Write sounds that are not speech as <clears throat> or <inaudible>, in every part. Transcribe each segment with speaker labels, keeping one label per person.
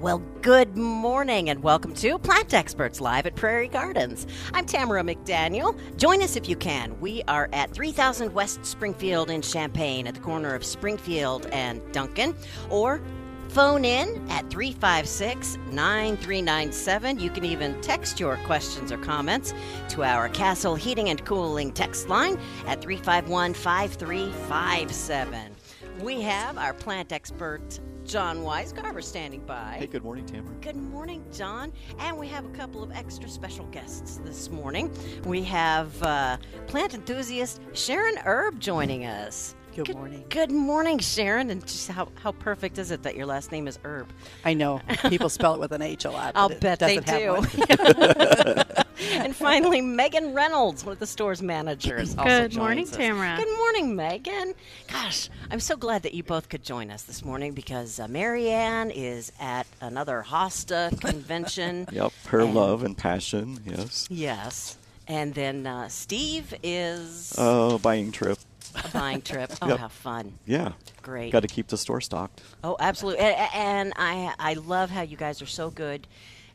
Speaker 1: Well, good morning and welcome to Plant Experts Live at Prairie Gardens. I'm Tamara McDaniel. Join us if you can. We are at 3000 West Springfield in Champaign at the corner of Springfield and Duncan, or phone in at 356 9397. You can even text your questions or comments to our Castle Heating and Cooling text line at 351 5357. We have our plant expert, John Weisgarber, standing by.
Speaker 2: Hey, good morning, Tamara.
Speaker 1: Good morning, John. And we have a couple of extra special guests this morning. We have uh, plant enthusiast Sharon Herb joining us.
Speaker 3: Good morning.
Speaker 1: Good morning, Sharon. And just how, how perfect is it that your last name is Herb?
Speaker 3: I know people spell it with an H a lot.
Speaker 1: I'll
Speaker 3: Uh, but it
Speaker 1: bet they
Speaker 3: doesn't have
Speaker 1: do.
Speaker 3: one. <laughs>
Speaker 1: and finally, Megan Reynolds, one of the store's managers. also
Speaker 4: Good
Speaker 1: joins
Speaker 4: morning,
Speaker 1: us.
Speaker 4: Tamara.
Speaker 1: Good morning, Megan. Gosh, I'm so glad that you both could join us this morning because uh, Marianne is at another Hosta
Speaker 3: <laughs>
Speaker 1: convention.
Speaker 2: Yep, her
Speaker 1: And-
Speaker 2: love and passion, yes.
Speaker 1: Yes. And then uh, Steve is
Speaker 2: Uh, buying trip,
Speaker 1: a buying trip. Oh,
Speaker 2: Yep.
Speaker 1: how fun.
Speaker 2: yeah.
Speaker 1: Great.
Speaker 2: Got to keep the store stocked.
Speaker 1: Oh, absolutely. And, and I I love how you guys are so good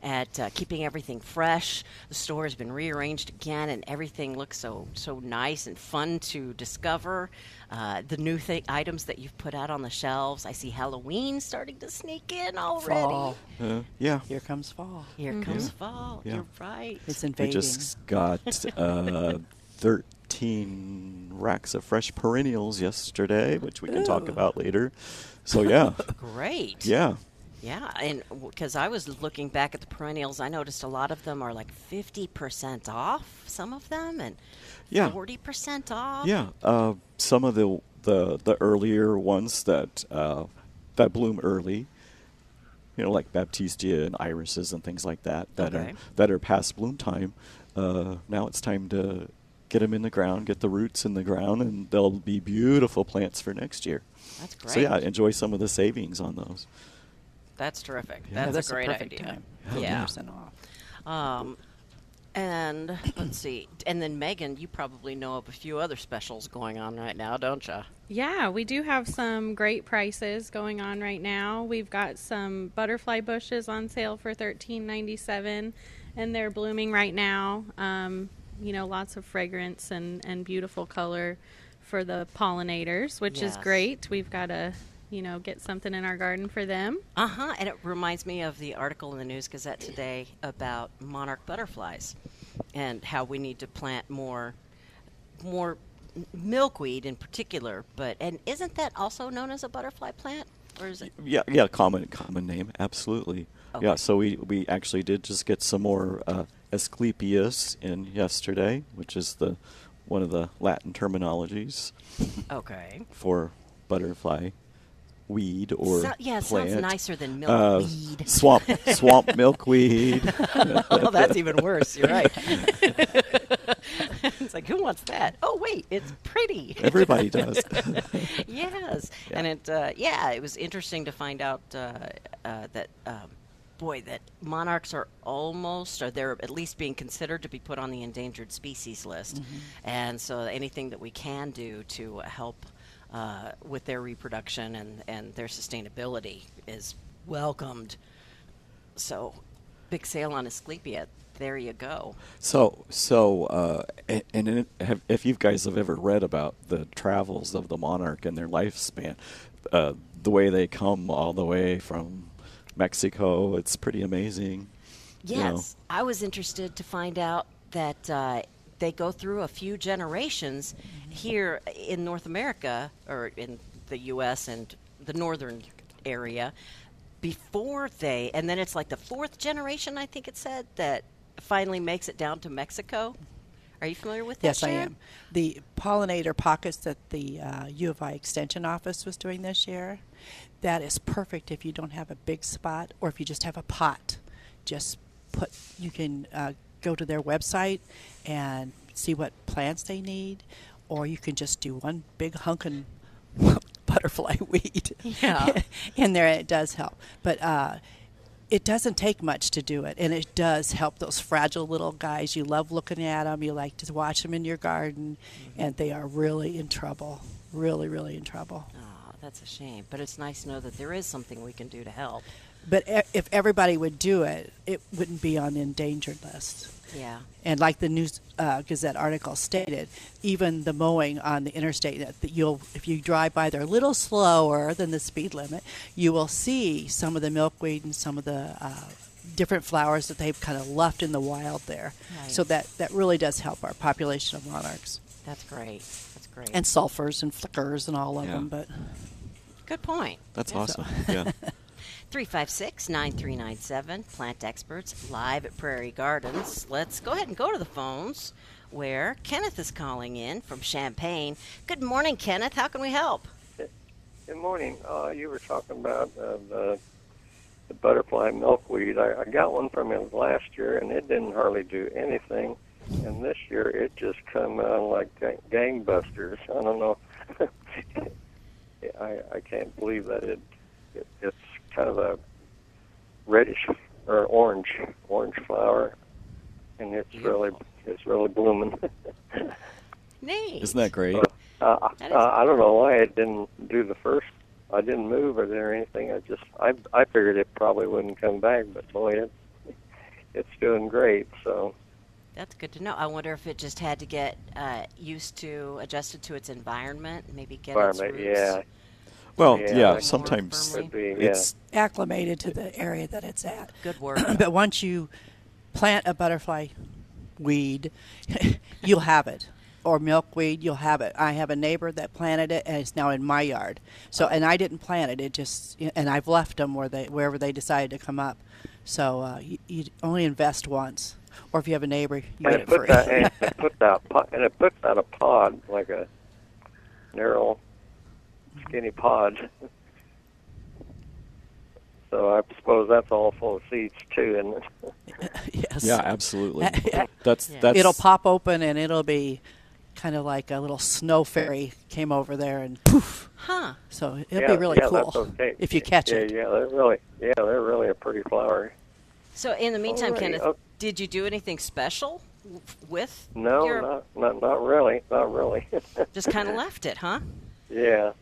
Speaker 1: at uh, keeping everything fresh. The store has been rearranged again, and everything looks so so nice and fun to discover. Uh, the new th- items that you've put out on the shelves. I see Halloween starting to sneak in <laughs> already.
Speaker 3: Fall.
Speaker 2: Uh, yeah.
Speaker 3: Here comes fall.
Speaker 1: Here comes fall.
Speaker 2: Yeah.
Speaker 1: You're right.
Speaker 3: It's
Speaker 2: We
Speaker 3: invading.
Speaker 2: just got
Speaker 1: <laughs>
Speaker 2: uh, 13 racks of fresh perennials yesterday, which we can talk
Speaker 3: Ooh.
Speaker 2: about later. So, yeah.
Speaker 1: Great.
Speaker 2: yeah.
Speaker 1: Yeah, and because I was looking back at the perennials, I noticed a lot of them are like fifty percent off. Some of them and
Speaker 2: Yeah.
Speaker 1: forty percent off.
Speaker 2: Yeah, uh, some of the the the earlier ones that uh, that bloom early, you know, like baptistia and irises and things like that that
Speaker 1: Okay.
Speaker 2: are that are past bloom time. Uh, now it's time to get them in the ground, get the roots in the ground, and they'll be beautiful plants for next year.
Speaker 1: that's great.
Speaker 2: So yeah, enjoy some of the savings on those.
Speaker 1: That's terrific.
Speaker 3: Yeah,
Speaker 1: That's,
Speaker 3: that's
Speaker 1: a great
Speaker 3: the perfect
Speaker 1: idea.
Speaker 3: time.
Speaker 1: Yeah.
Speaker 3: 50% off.
Speaker 1: Um, and let's see. And then Megan, you probably know of a few other specials going on right now, don't you?
Speaker 4: Yeah, we do have some great prices going on right now. We've got some butterfly bushes on sale for thirteen ninety seven, and they're blooming right now. Um, you know, lots of fragrance and and beautiful color for the pollinators, which is
Speaker 1: Yes.
Speaker 4: great. We've got to you know get something in our garden for them.
Speaker 1: Uh huh. And it reminds me of the article in the News Gazette today about monarch butterflies and how we need to plant more, more m- milkweed in particular. But and isn't that also known as a butterfly plant, or is it?
Speaker 2: Yeah, yeah, common common name, absolutely. Yeah,
Speaker 1: Okay.
Speaker 2: so we we actually did just get some more uh, Asclepias in yesterday, which is the one of the Latin terminologies
Speaker 1: Okay.
Speaker 2: <laughs> for butterfly weed or
Speaker 1: So- yeah, it sounds
Speaker 2: plant.
Speaker 1: nicer than
Speaker 2: Uh,
Speaker 1: milkweed.
Speaker 2: swamp swamp
Speaker 1: <laughs>
Speaker 2: milkweed.
Speaker 1: oh, that's even worse. You're right. <laughs>
Speaker 2: <laughs>
Speaker 1: it's like, who wants that? Oh, wait, it's pretty.
Speaker 2: Everybody does.
Speaker 1: <laughs> yes, and it uh, yeah, it was interesting to find out uh, uh, that um, boy that monarchs are almost or they're at least being considered to be put on the endangered species list, and so anything that we can do to help uh, with their reproduction and and their sustainability is welcomed. So, big sale on Asclepia. There you go.
Speaker 2: So, so, uh, a- and in, have, if you guys have ever read about the travels of the monarch and their lifespan, uh, the way they come all the way from Mexico, it's pretty amazing. you know.
Speaker 1: Yes, I was interested to find out that uh, they go through a few generations here in North America or in the U.S. and the northern area before they, and then it's like the fourth generation, I think it said, that finally makes it down to Mexico. Are you familiar with that?
Speaker 3: Yes, I
Speaker 1: Sharon?
Speaker 3: am. The pollinator pockets that the uh, U of I Extension Office was doing this year, that is perfect if you don't have a big spot or if you just have a pot. Just put, you can uh, go to their website and see what plants they need, or you can just do one big hunkin' <laughs> butterfly <laughs> weed.
Speaker 1: Yeah.
Speaker 3: <laughs> in there, and it does help. But uh, it doesn't take much to do it, and it does help those fragile little guys. You love looking at them. You like to watch them in your garden, and they are really in trouble. Really, really in trouble.
Speaker 1: Oh, That's a shame, but it's nice to know that there is something we can do to help.
Speaker 3: But e- if everybody would do it, it wouldn't be on the endangered list.
Speaker 1: Yeah.
Speaker 3: And like the news uh, Gazette article stated, even the mowing on the interstate that, that you'll if you drive by there a little slower than the speed limit, you will see some of the milkweed and some of the uh, different flowers that they've kind of left in the wild there.
Speaker 1: Right.
Speaker 3: So that that really does help our population of monarchs
Speaker 1: That's great. That's great.
Speaker 3: and sulfurs and flickers and all of
Speaker 2: Yeah.
Speaker 3: them. But
Speaker 1: good point.
Speaker 2: That's
Speaker 3: Yeah, so- <laughs>
Speaker 2: awesome. <laughs> yeah.
Speaker 1: 356 9397, Plant Experts, live at Prairie Gardens. Let's go ahead and go to the phones where Kenneth is calling in from Champaign. Good morning, Kenneth. How can we help?
Speaker 5: Good morning. Uh, you were talking about uh, the, the butterfly milkweed. I, I got one from him last year, and it didn't hardly do anything. And this year, it just come out like ga- gangbusters. I don't know. <laughs> I I can't believe that it, it it's kind of a reddish or orange orange flower, and it's really it's really blooming. <laughs>
Speaker 1: Nate.
Speaker 2: Isn't that great?
Speaker 5: Uh,
Speaker 1: That
Speaker 5: I,
Speaker 1: is-
Speaker 5: I don't know why it didn't do the first. I didn't move it or anything. I just I I figured it probably wouldn't come back, but boy, it it's doing great. So
Speaker 1: That's good to know. I wonder if it just had to get uh, used to, adjusted to its environment, maybe get its
Speaker 5: environment,
Speaker 1: roots.
Speaker 5: yeah,
Speaker 2: Well,
Speaker 5: Yeah,
Speaker 2: yeah.
Speaker 5: like-
Speaker 2: sometimes
Speaker 1: Warm
Speaker 5: could be yeah.
Speaker 2: it's
Speaker 3: acclimated to the area that it's at.
Speaker 1: Good work.
Speaker 3: <clears throat> but once you plant a butterfly weed, <laughs> you'll have it. Or milkweed, you'll have it. I have a neighbor that planted it, and it's now in my yard. So, and I didn't plant it. It just, and I've left them where they, wherever they decided to come up. So, uh, you, you only invest once, or if you have a neighbor, you
Speaker 5: and
Speaker 3: get
Speaker 5: it
Speaker 3: it
Speaker 5: puts
Speaker 3: free.
Speaker 5: out
Speaker 3: <laughs>
Speaker 5: and it puts out po- and it puts out a pod like a narrow, skinny pod. So I suppose that's all full of seeds too, and
Speaker 3: <laughs> yes.
Speaker 2: yeah, absolutely.
Speaker 3: <laughs> Yeah.
Speaker 2: That's
Speaker 1: Yeah.
Speaker 2: that's
Speaker 3: it'll pop open, and it'll be kind of like a little snow fairy came over there and poof.
Speaker 1: Huh.
Speaker 3: So it'll
Speaker 5: yeah,
Speaker 3: be really
Speaker 5: yeah,
Speaker 3: cool
Speaker 5: that's okay.
Speaker 3: if you catch
Speaker 5: yeah,
Speaker 3: it.
Speaker 5: Yeah, they're really yeah they're really a pretty flower.
Speaker 1: So, in the meantime,
Speaker 5: Alrighty,
Speaker 1: Kenneth,
Speaker 5: okay.
Speaker 1: did you do anything special w- with
Speaker 5: No,
Speaker 1: your?
Speaker 5: not, not not really, not really. <laughs>
Speaker 1: Just kind of left it, huh?
Speaker 5: yeah,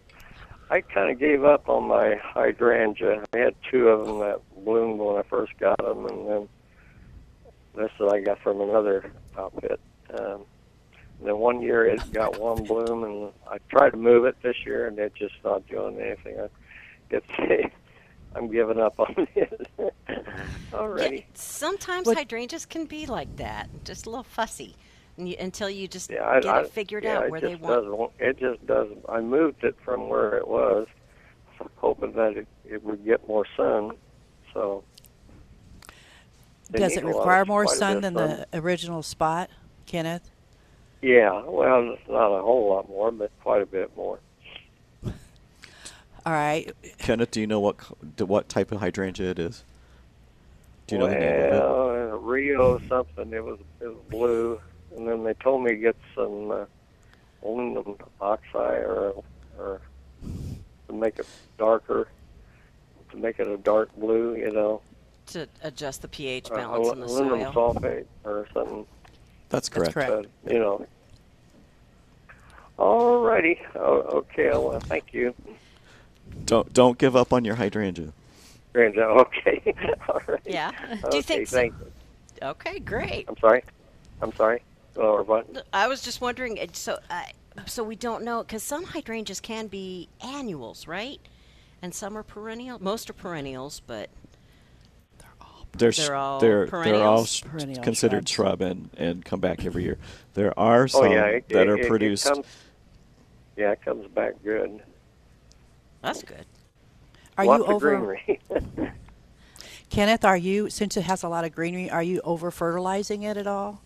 Speaker 5: I kind of gave up on my hydrangea. I had two of them that bloomed when I first got them, and then this that I got from another outfit. Um, and then one year it got one bloom, and I tried to move it this year, and it just not doing anything. I, it's <laughs> I'm giving up on it <laughs> already.
Speaker 1: Yeah, sometimes
Speaker 3: What-
Speaker 1: hydrangeas can be like that, just a little fussy, and you, until you just
Speaker 5: Yeah, I,
Speaker 1: get
Speaker 5: I,
Speaker 1: it figured
Speaker 5: yeah,
Speaker 1: out
Speaker 5: it
Speaker 1: where
Speaker 5: just
Speaker 1: they want.
Speaker 5: Doesn't, it just doesn't. I moved it from where it was, hoping that it, it would get more sun. So They
Speaker 3: Does
Speaker 5: need
Speaker 3: it
Speaker 5: a lot of-
Speaker 3: require more
Speaker 5: quite a
Speaker 3: sun
Speaker 5: bit
Speaker 3: than
Speaker 5: of
Speaker 3: the original spot, Kenneth?
Speaker 5: yeah, well, it's not a whole lot more, but quite a bit more.
Speaker 3: All right.
Speaker 2: Kenneth. Do you know what co- do- what type of hydrangea it is? Do you know
Speaker 5: well,
Speaker 2: the name of it?
Speaker 5: uh, Rio something. It was it was blue, and then they told me to get some uh, aluminum oxide or or to make it darker, to make it a dark blue. You know,
Speaker 1: to adjust the pH
Speaker 5: or
Speaker 1: balance
Speaker 5: alu-
Speaker 1: in the
Speaker 5: Uh, aluminum
Speaker 1: soil.
Speaker 5: sulfate or something.
Speaker 2: That's correct.
Speaker 3: correct.
Speaker 5: but you know. All righty. Oh, okay. Well, thank you,
Speaker 2: Don't don't give up on your hydrangea.
Speaker 5: Grandpa. <laughs> Okay. All right. <laughs>
Speaker 1: Yeah. Do
Speaker 5: Okay,
Speaker 1: you think? so-
Speaker 5: thank-
Speaker 1: Okay, great.
Speaker 5: I'm sorry. I'm sorry. Oh, Or what?
Speaker 1: I was just wondering. uh, So, uh, so we don't know because some hydrangeas can be annuals, right? And some are perennial. Most are perennials, but
Speaker 2: They're
Speaker 1: They're
Speaker 2: they're
Speaker 1: all
Speaker 2: they're, they're all
Speaker 1: perennials?
Speaker 2: s-
Speaker 3: Perennial
Speaker 2: considered
Speaker 3: shrubs.
Speaker 2: shrub and, and come back every year. There are some
Speaker 5: oh yeah. It,
Speaker 2: that
Speaker 5: it-
Speaker 2: are
Speaker 5: it- it
Speaker 2: produced.
Speaker 5: comes- yeah, it comes back good.
Speaker 1: that's good.
Speaker 3: Are
Speaker 5: Lots
Speaker 3: you
Speaker 5: of
Speaker 3: over
Speaker 5: greenery. <laughs>
Speaker 3: Kenneth? Are you since it has a lot of greenery? Are you over fertilizing it at all?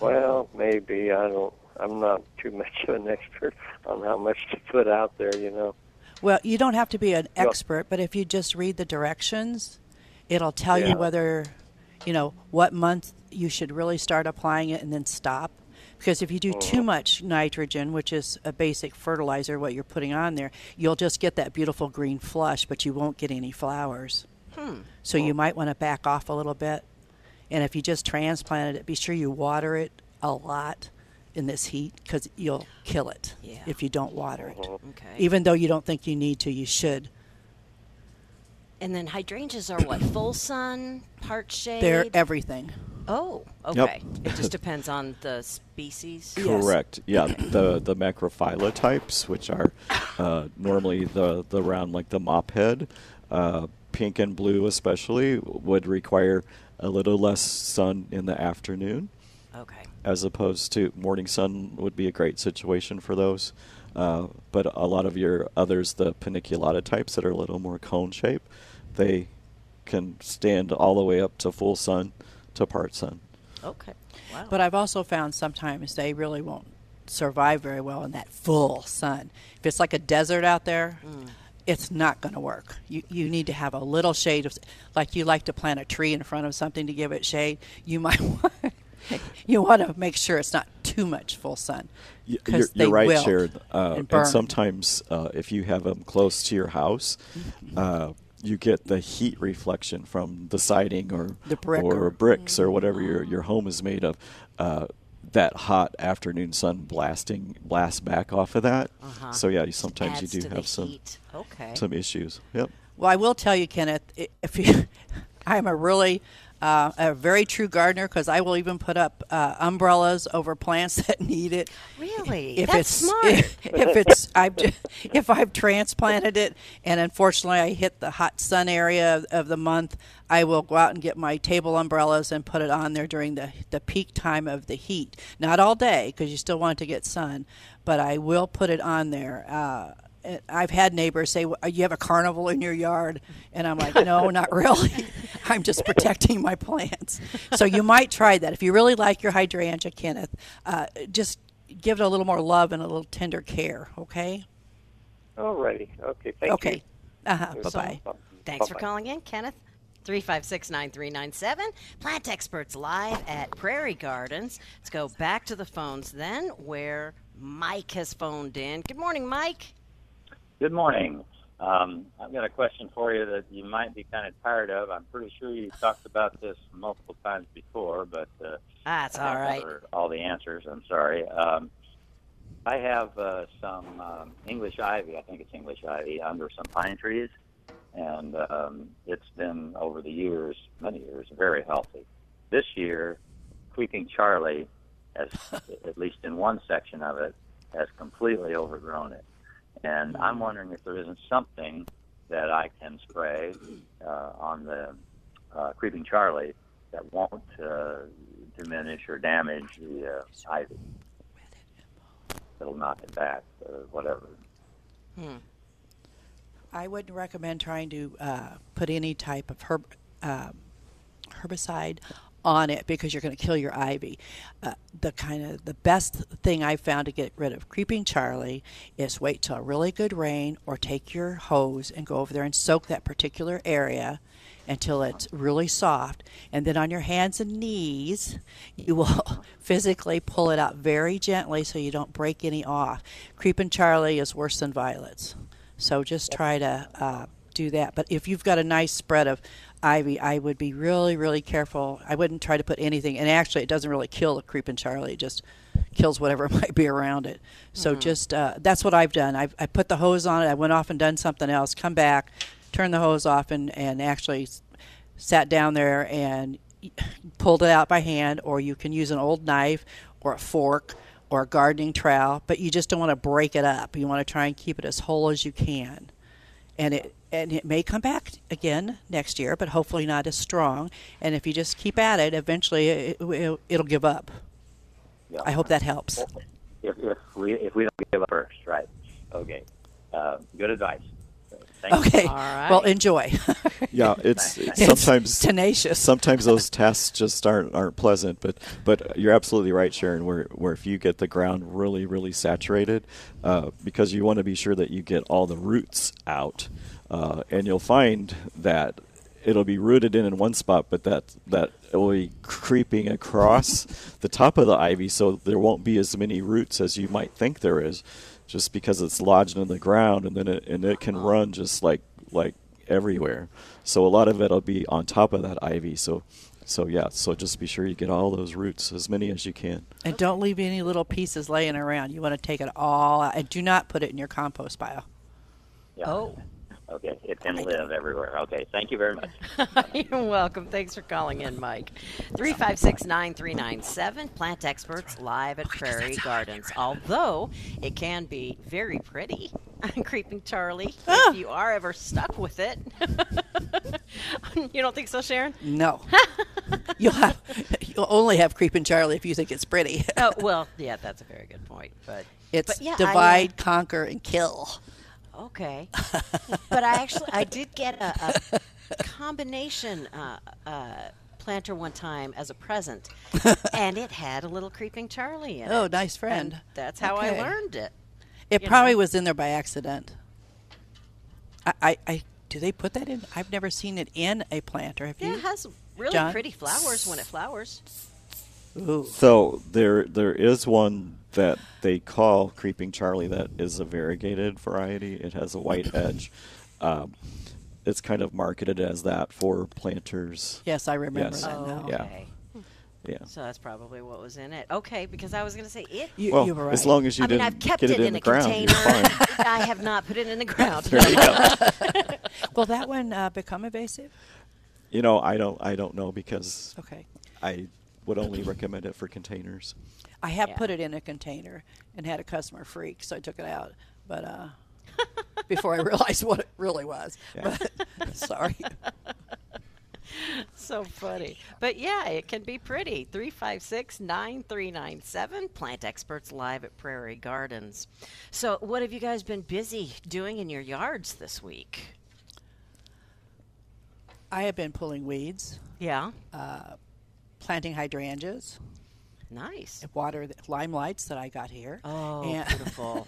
Speaker 5: well, maybe I don't. I'm not too much of an expert on how much to put out there. You know.
Speaker 3: Well, you don't have to be an
Speaker 5: Yeah.
Speaker 3: expert, but if you just read the directions, it'll tell
Speaker 5: Yeah.
Speaker 3: you whether, you know, what month you should really start applying it and then stop. Because if you do too much nitrogen, which is a basic fertilizer, what you're putting on there, you'll just get that beautiful green flush, but you won't get any flowers.
Speaker 1: hmm.
Speaker 3: So you might want to back off a little bit. And if you just transplanted it, be sure you water it a lot in this heat because you'll kill it
Speaker 1: Yeah.
Speaker 3: if you don't water it.
Speaker 1: Okay.
Speaker 3: Even though you don't think you need to, you should.
Speaker 1: and then hydrangeas are what? Full sun, part shade?
Speaker 3: They're everything.
Speaker 1: oh, okay. It just depends on the species.
Speaker 3: Yes.
Speaker 2: Correct. Yeah, the the macrophylla types, which are uh, normally the the round like the mop head, uh, pink and blue especially, would require a little less sun in the afternoon,
Speaker 1: Okay.
Speaker 2: as opposed to morning sun would be a great situation for those. Uh, but a lot of your others, the paniculata types that are a little more cone shape, they can stand all the way up to full sun to part sun.
Speaker 1: Okay. Wow.
Speaker 3: But I've also found sometimes they really won't survive very well in that full sun. If it's like a desert out there,
Speaker 1: Mm.
Speaker 3: it's not going to work. You, you need to have a little shade of, like you like to plant a tree in front of something to give it shade. You might <laughs> want, you want to make sure it's not too much full sun.
Speaker 2: Y-
Speaker 3: 'cause
Speaker 2: You're,
Speaker 3: they
Speaker 2: you're right,
Speaker 3: wilt
Speaker 2: Sharon. Uh,
Speaker 3: and
Speaker 2: and,
Speaker 3: burn.
Speaker 2: sometimes, uh, if you have them close to your house,
Speaker 3: Mm-hmm.
Speaker 2: uh, you get the heat reflection from the siding or
Speaker 3: The brick
Speaker 2: or
Speaker 3: or- Mm-hmm.
Speaker 2: bricks or whatever your, your home is made of. Uh, that hot afternoon sun blasting blasts back off of that.
Speaker 3: Uh-huh.
Speaker 2: So yeah, you, sometimes you
Speaker 1: Adds
Speaker 2: do
Speaker 1: to the
Speaker 2: have some
Speaker 1: heat. Okay.
Speaker 2: some issues. Yep.
Speaker 3: Well, I will tell you, Kenneth, i- if you, <laughs> I'm a really, uh, a very true gardener because I will even put up uh, umbrellas over plants <laughs> that need it.
Speaker 1: Really?
Speaker 3: If
Speaker 1: That's
Speaker 3: it's,
Speaker 1: smart.
Speaker 3: If, <laughs> if it's, I've, ju- <laughs> if I've transplanted it, and unfortunately I hit the hot sun area of, of the month, I will go out and get my table umbrellas and put it on there during the the peak time of the heat. Not all day because you still want it to get sun, but I will put it on there. Uh, and I've had neighbors say, "Well, uh, "You have a carnival in your yard," and I'm like, "No,
Speaker 5: <laughs>
Speaker 3: not really. I'm just protecting my plants." So you might try that if you really like your hydrangea, Kenneth. Uh, just give it a little more love and a little tender care. Okay.
Speaker 5: Alrighty. Okay. Thank
Speaker 3: okay. Uh-huh.
Speaker 5: you.
Speaker 3: Bye bye.
Speaker 1: Thanks for
Speaker 5: Bye-bye.
Speaker 1: calling in, Kenneth. 356 9397. Plant Experts live at Prairie Gardens. Let's go back to the phones then, where Mike has phoned in. Good morning, Mike.
Speaker 6: Good morning. Um, I've got a question for you that you might be kind of tired of. I'm pretty sure you talked about this multiple times before, but uh,
Speaker 1: That's Ah, all right.
Speaker 6: for all the answers. I'm sorry. Um, I have uh, some um, English ivy. I think it's English ivy under some pine trees, and um, it's been over the years, many years, very healthy. This year, creeping Charlie, has at least in one section of it, has completely overgrown it, and I'm wondering if there isn't something that I can spray uh, on the uh, creeping Charlie that won't uh, diminish or damage the uh, ivy. It'll knock it back or whatever.
Speaker 3: Hmm. I wouldn't recommend trying to uh, put any type of herb um herbicide on it because you're going to kill your ivy. Uh, the kind of the best thing I found to get rid of creeping Charlie is wait till a really good rain or take your hose and go over there and soak that particular area until it's really soft and then on your hands and knees you will <laughs> physically pull it out very gently so you don't break any off. Creeping Charlie is worse than violets. So just try to uh, do that. But if you've got a nice spread of ivy, I would be really, really careful. I wouldn't try to put anything. And actually, it doesn't really kill the creeping Charlie. It just kills whatever <laughs> might be around it. So just uh, that's what I've done. I've, I put the hose on it. I went off and done something else. Come back, turned the hose off, and and actually s- sat down there and pulled it out by hand. Or you can use an old knife or a fork or a gardening trowel, but you just don't want to break it up. You want to try and keep it as whole as you can. And it and it may come back again next year, but hopefully not as strong. And if you just keep at it, eventually it, it, it'll give up.
Speaker 6: Yeah.
Speaker 3: I hope that helps.
Speaker 6: If, if we if we don't give up first, right? Okay. Uh, good advice. Thank you.
Speaker 3: Okay.
Speaker 1: All right.
Speaker 3: Well, enjoy. <laughs>
Speaker 2: <laughs> Yeah, it's it's
Speaker 3: It's
Speaker 2: sometimes
Speaker 3: tenacious. <laughs>
Speaker 2: Sometimes those tests just aren't aren't pleasant, but but you're absolutely right, Sharon. Where where if you get the ground really really saturated, uh, because you want to be sure that you get all the roots out, uh, and you'll find that it'll be rooted in in one spot, but that that it will be creeping across the top of the ivy, so there won't be as many roots as you might think there is, just because it's lodged in the ground, and then it, and it can run just like like everywhere. So a lot of it'll be on top of that ivy. So So yeah, so just be sure you get all those roots, as many as you can.
Speaker 3: And don't leave any little pieces laying around. You want to take it all out and do not put it in your compost pile.
Speaker 6: Yeah.
Speaker 1: Oh.
Speaker 6: Okay, it can live everywhere. Okay, thank you very much.
Speaker 1: <laughs> You're welcome. Thanks for calling in, Mike. 356 9397, Plant Experts Live at Prairie Gardens. Although it can be very pretty, <laughs> Creeping Charlie,
Speaker 3: Ah.
Speaker 1: if you are ever stuck with it. <laughs> you don't think so, Sharon? <laughs>
Speaker 3: No. you'll have you'll only have creeping Charlie if you think it's pretty.
Speaker 1: Oh, well, <laughs> yeah, that's a very good point. But
Speaker 3: Uh, It's
Speaker 1: but yeah, I, uh,
Speaker 3: divide, conquer, and kill. <laughs>
Speaker 1: Okay. but I actually I did get a, a combination uh, uh, planter one time as
Speaker 3: <laughs>
Speaker 1: a present, and it had a little creeping Charlie in
Speaker 3: Oh,
Speaker 1: it.
Speaker 3: nice friend.
Speaker 1: And that's how
Speaker 3: Okay.
Speaker 1: I learned it.
Speaker 3: It
Speaker 1: you
Speaker 3: probably
Speaker 1: know.
Speaker 3: was in there by accident. I, I, I do they put that in? I've never seen it in a planter. Have
Speaker 1: Yeah,
Speaker 3: you?
Speaker 1: it has really
Speaker 3: John?
Speaker 1: pretty flowers when it flowers.
Speaker 3: Ooh.
Speaker 2: So there there is one that they call creeping Charlie that is a variegated variety. It has
Speaker 3: <laughs>
Speaker 2: a white edge. Um, it's kind of marketed as that for planters.
Speaker 3: Yes, I remember
Speaker 2: Yes.
Speaker 3: that
Speaker 1: Oh,
Speaker 3: now.
Speaker 2: yeah.
Speaker 1: okay.
Speaker 2: Yeah.
Speaker 1: So that's probably what was in it. Okay, because I was going to say it.
Speaker 3: You,
Speaker 2: well,
Speaker 3: you were right.
Speaker 2: as long as you
Speaker 1: I mean,
Speaker 2: didn't
Speaker 1: I've kept
Speaker 2: get
Speaker 1: it,
Speaker 2: it, in,
Speaker 1: a
Speaker 2: the ground,
Speaker 1: container.
Speaker 2: you're fine.
Speaker 1: <laughs> I have not put it in the ground.
Speaker 2: There you go.
Speaker 3: <laughs> Will that one uh, become invasive?
Speaker 2: You know, I don't I don't know because
Speaker 3: Okay.
Speaker 2: I would only recommend it for containers.
Speaker 3: I have
Speaker 1: Yeah.
Speaker 3: put it in a container and had a customer freak, so I took it out. But uh, before I <laughs> realized what it really was.
Speaker 2: Yeah.
Speaker 3: But <laughs> sorry.
Speaker 1: so funny. But yeah, it can be pretty. 356 9397, Plant Experts Live at Prairie Gardens. So, what have you guys been busy doing in your yards this week?
Speaker 3: I have been pulling weeds, uh,
Speaker 1: Yeah.
Speaker 3: planting hydrangeas,
Speaker 1: nice.
Speaker 3: water the limelights that I got here.
Speaker 1: Oh,
Speaker 3: and <laughs>
Speaker 1: beautiful.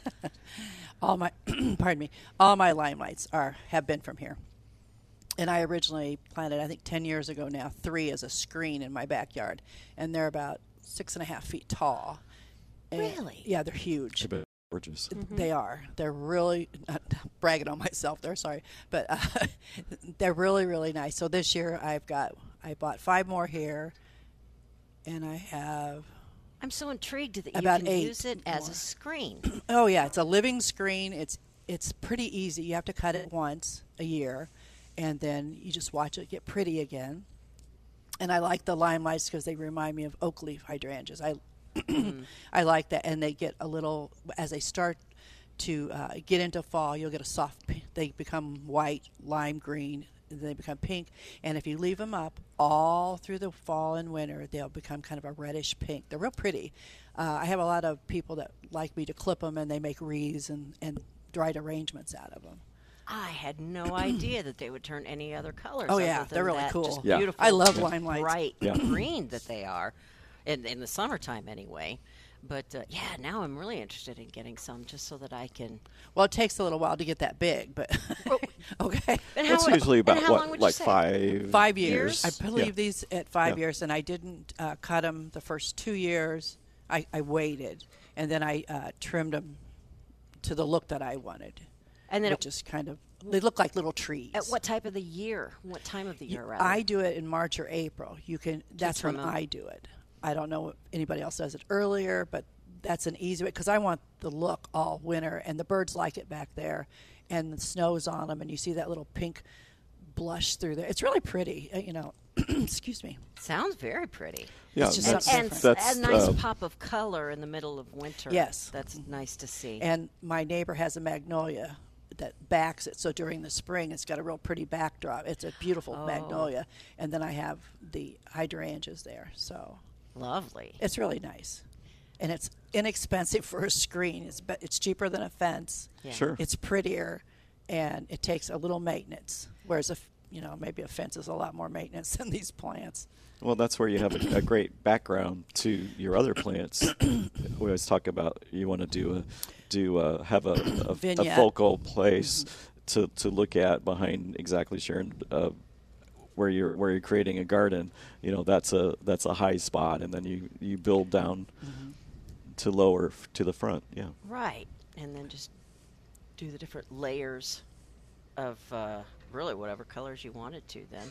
Speaker 3: all my <clears throat> pardon me, all my limelights are have been from here. And I originally planted, I think ten years ago now, three as a screen in my backyard, and they're about six and a half feet tall. And-
Speaker 1: Really?
Speaker 3: Yeah, they're huge.
Speaker 2: They're Gorgeous.
Speaker 1: Mm-hmm.
Speaker 3: They are. They're really <laughs> not bragging on myself there. Sorry, but uh, <laughs> they're really really nice. So this year I've got I bought five more here, and I have
Speaker 1: I'm so intrigued that you
Speaker 3: About
Speaker 1: can
Speaker 3: eight
Speaker 1: use it as a
Speaker 3: more.
Speaker 1: screen.
Speaker 3: <clears throat> oh yeah, it's a living screen. It's it's pretty easy. You have to cut it once a year, and then you just watch it get pretty again. And I like the limelights because they remind me of oak leaf hydrangeas. I <clears throat> I like that, and they get a little as they start to uh, get into fall. You'll get a soft. p- They become white, lime green. and They become pink, and if you leave them up all through the fall and winter, they'll become kind of a reddish pink. They're real pretty. Uh, I have a lot of people that like me to clip them, and they make wreaths and and dried arrangements out of them.
Speaker 1: I had no idea that they would turn any other colors.
Speaker 3: Oh,
Speaker 1: other
Speaker 3: yeah,
Speaker 1: than
Speaker 3: they're really
Speaker 1: that
Speaker 3: cool.
Speaker 1: just
Speaker 2: Yeah.
Speaker 1: beautiful.
Speaker 3: I love limelights.
Speaker 1: bright
Speaker 2: Yeah.
Speaker 1: green that they are, in in the summertime anyway. But uh, yeah, now I'm really interested in getting some just so that I can.
Speaker 3: Well, it takes a little while to get that big, but <laughs> okay.
Speaker 1: And
Speaker 2: That's
Speaker 1: how,
Speaker 2: usually
Speaker 1: and
Speaker 2: about
Speaker 1: how long
Speaker 2: what,
Speaker 1: would
Speaker 2: like
Speaker 1: you say?
Speaker 2: five
Speaker 3: five years.
Speaker 1: years?
Speaker 3: I believe
Speaker 2: Yeah.
Speaker 3: these at five
Speaker 2: Yeah.
Speaker 3: years, and I didn't uh, cut them the first two years. I, I waited, and then I uh, trimmed them to the look that I wanted,
Speaker 1: And then
Speaker 3: which
Speaker 1: at-
Speaker 3: is kind of they look like little trees.
Speaker 1: at what type of the year? What time of the year? Rather,
Speaker 3: I do it in March or April. You can. That's when
Speaker 1: trim 'em.
Speaker 3: I do it. I don't know if anybody else does it earlier, but that's an easy way because I want the look all winter, and the birds like it back there, and the snow's on them, and you see that little pink blush through there. It's really pretty. uh, You know, <clears throat> excuse me.
Speaker 1: sounds very pretty.
Speaker 2: Yeah,
Speaker 3: It's just
Speaker 2: that's,
Speaker 3: something
Speaker 1: And
Speaker 3: different.
Speaker 1: s-
Speaker 2: that's
Speaker 1: a nice
Speaker 2: uh,
Speaker 1: pop of color in the middle of winter.
Speaker 3: Yes.
Speaker 1: that's nice to see.
Speaker 3: and my neighbor has a magnolia that backs it so during the spring it's got a real pretty backdrop it's a beautiful
Speaker 1: Oh.
Speaker 3: magnolia and then i have the hydrangeas there so
Speaker 1: Lovely.
Speaker 3: it's really nice and it's inexpensive for a screen it's be- it's cheaper than a fence
Speaker 1: Yeah.
Speaker 2: Sure.
Speaker 3: it's prettier and it takes a little maintenance whereas a f- you know maybe a fence is a lot more maintenance <laughs> than these plants
Speaker 2: Well, that's where you have a, a great background to your other
Speaker 3: <coughs>
Speaker 2: plants. we always talk about you want to do a do a, have a, a, a
Speaker 3: Vignette.
Speaker 2: focal place to, to look at behind exactly Sharon uh, where you're where you're creating a garden. You know that's a that's a high spot, and then you you build down
Speaker 3: Mm-hmm.
Speaker 2: to lower f- to the front. Yeah.
Speaker 1: Right, and then just do the different layers of uh, really whatever colors you wanted to. Then,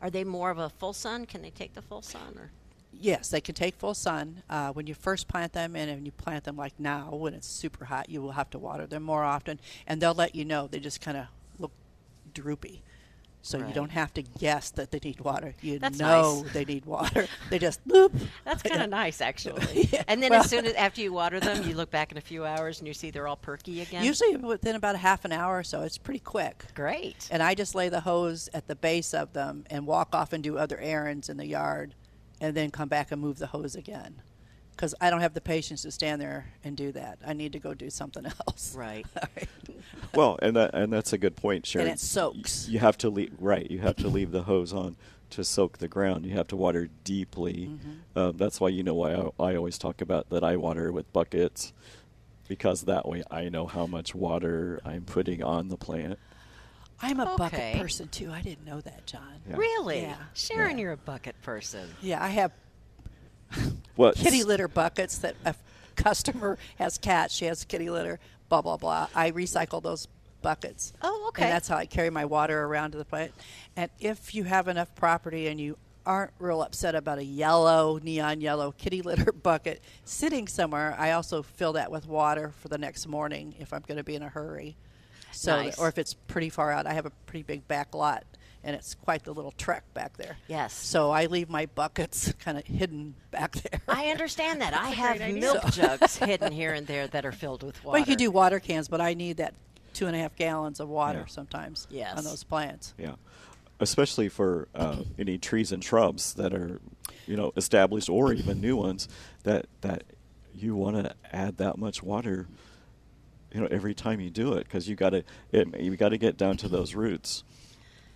Speaker 1: Are they more of a full sun? Can they take the full sun? Or
Speaker 3: Yes, they can take full sun. Uh, when you first plant them, and when you plant them like now, when it's super hot, you will have to water them more often, and they'll let you know. They just kind of look droopy. So
Speaker 1: Right.
Speaker 3: you don't have to guess that they need water. You
Speaker 1: That's
Speaker 3: know
Speaker 1: nice.
Speaker 3: they need
Speaker 1: <laughs>
Speaker 3: water. They just boop. <laughs>
Speaker 1: that's kind of nice, actually.
Speaker 3: Yeah,
Speaker 1: And then
Speaker 3: well-
Speaker 1: as soon as after you water them, you look back in a few hours and you see they're all perky again.
Speaker 3: Usually within about a half an hour or so, it's pretty quick.
Speaker 1: great.
Speaker 3: And I just lay the hose at the base of them and walk off and do other errands in the yard and then come back and move the hose again. Because I don't have the patience to stand there and do that. I need to go do something <laughs> else.
Speaker 1: Right.
Speaker 2: Well, and that and that's a good point, Sharon.
Speaker 3: it soaks.
Speaker 2: You have to leave right. You have to leave the hose on to soak the ground. You have to water deeply.
Speaker 3: Mm-hmm.
Speaker 2: Uh, that's why you know why I, I always talk about that. I water with buckets because that way I know how much water I'm putting on the plant.
Speaker 3: I'm a
Speaker 1: Okay.
Speaker 3: bucket person too. I didn't know that, John. Yeah,
Speaker 2: Yeah.
Speaker 1: Really,
Speaker 3: Yeah.
Speaker 1: Sharon, you're a bucket person.
Speaker 3: I have
Speaker 2: What
Speaker 3: kitty litter buckets that a customer has cats. She has kitty litter, blah, blah, blah. I recycle those buckets.
Speaker 1: Oh, okay.
Speaker 3: And that's how I carry my water around to the plant. And if you have enough property and you aren't real upset about a yellow, neon yellow kitty litter <laughs> bucket sitting somewhere, I also fill that with water for the next morning if I'm going to be in a hurry. So,
Speaker 1: Nice.
Speaker 3: or if it's pretty far out, I have a pretty big back lot and it's quite the little trek back there.
Speaker 1: Yes.
Speaker 3: So I leave my buckets <laughs> kind of hidden back there.
Speaker 1: I
Speaker 3: <laughs>
Speaker 1: understand <laughs> that. I have
Speaker 4: idea.
Speaker 1: milk <laughs> jugs hidden here and there that are filled with water.
Speaker 3: Well, you could do water cans, but I need that two and a half gallons of water
Speaker 2: Yeah.
Speaker 3: sometimes
Speaker 1: Yes.
Speaker 3: on those plants.
Speaker 2: Yeah, especially for uh, any trees and shrubs that are, you know, established or even new ones that that you want to add that much water, you know, every time you do it because you got to you got to get down to those roots.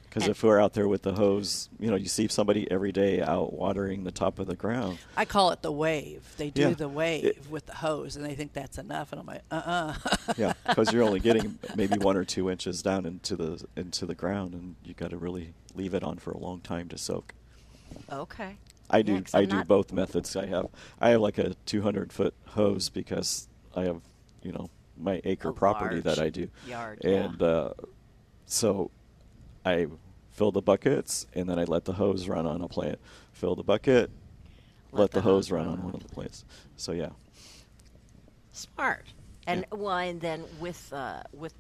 Speaker 2: Because
Speaker 1: And-
Speaker 2: if we're out there with the hose, you know, you see somebody every day out watering the top of the ground.
Speaker 3: I call it the wave. They do
Speaker 2: Yeah.
Speaker 3: the wave with the hose, and they think that's enough. And I'm like, uh uh <laughs>
Speaker 2: Yeah, because you're only getting maybe one or two inches down into the into the ground, and you got to really leave it on for a long time to soak.
Speaker 1: Okay.
Speaker 2: I
Speaker 1: Yeah,
Speaker 2: do.
Speaker 1: 'cause
Speaker 2: I
Speaker 1: I'm
Speaker 2: do
Speaker 1: not-
Speaker 2: both methods. I have. I have like a 200 foot hose because I have, you know, my acre
Speaker 1: A
Speaker 2: property that
Speaker 1: large
Speaker 2: I do.
Speaker 1: yard, yeah.
Speaker 2: And uh, so, I fill the buckets and then I let the hose run on a plant. Fill the bucket, let, the, hose run on one of the plants. So yeah,
Speaker 1: Smart. And
Speaker 2: Yeah.
Speaker 1: well, and then with uh, with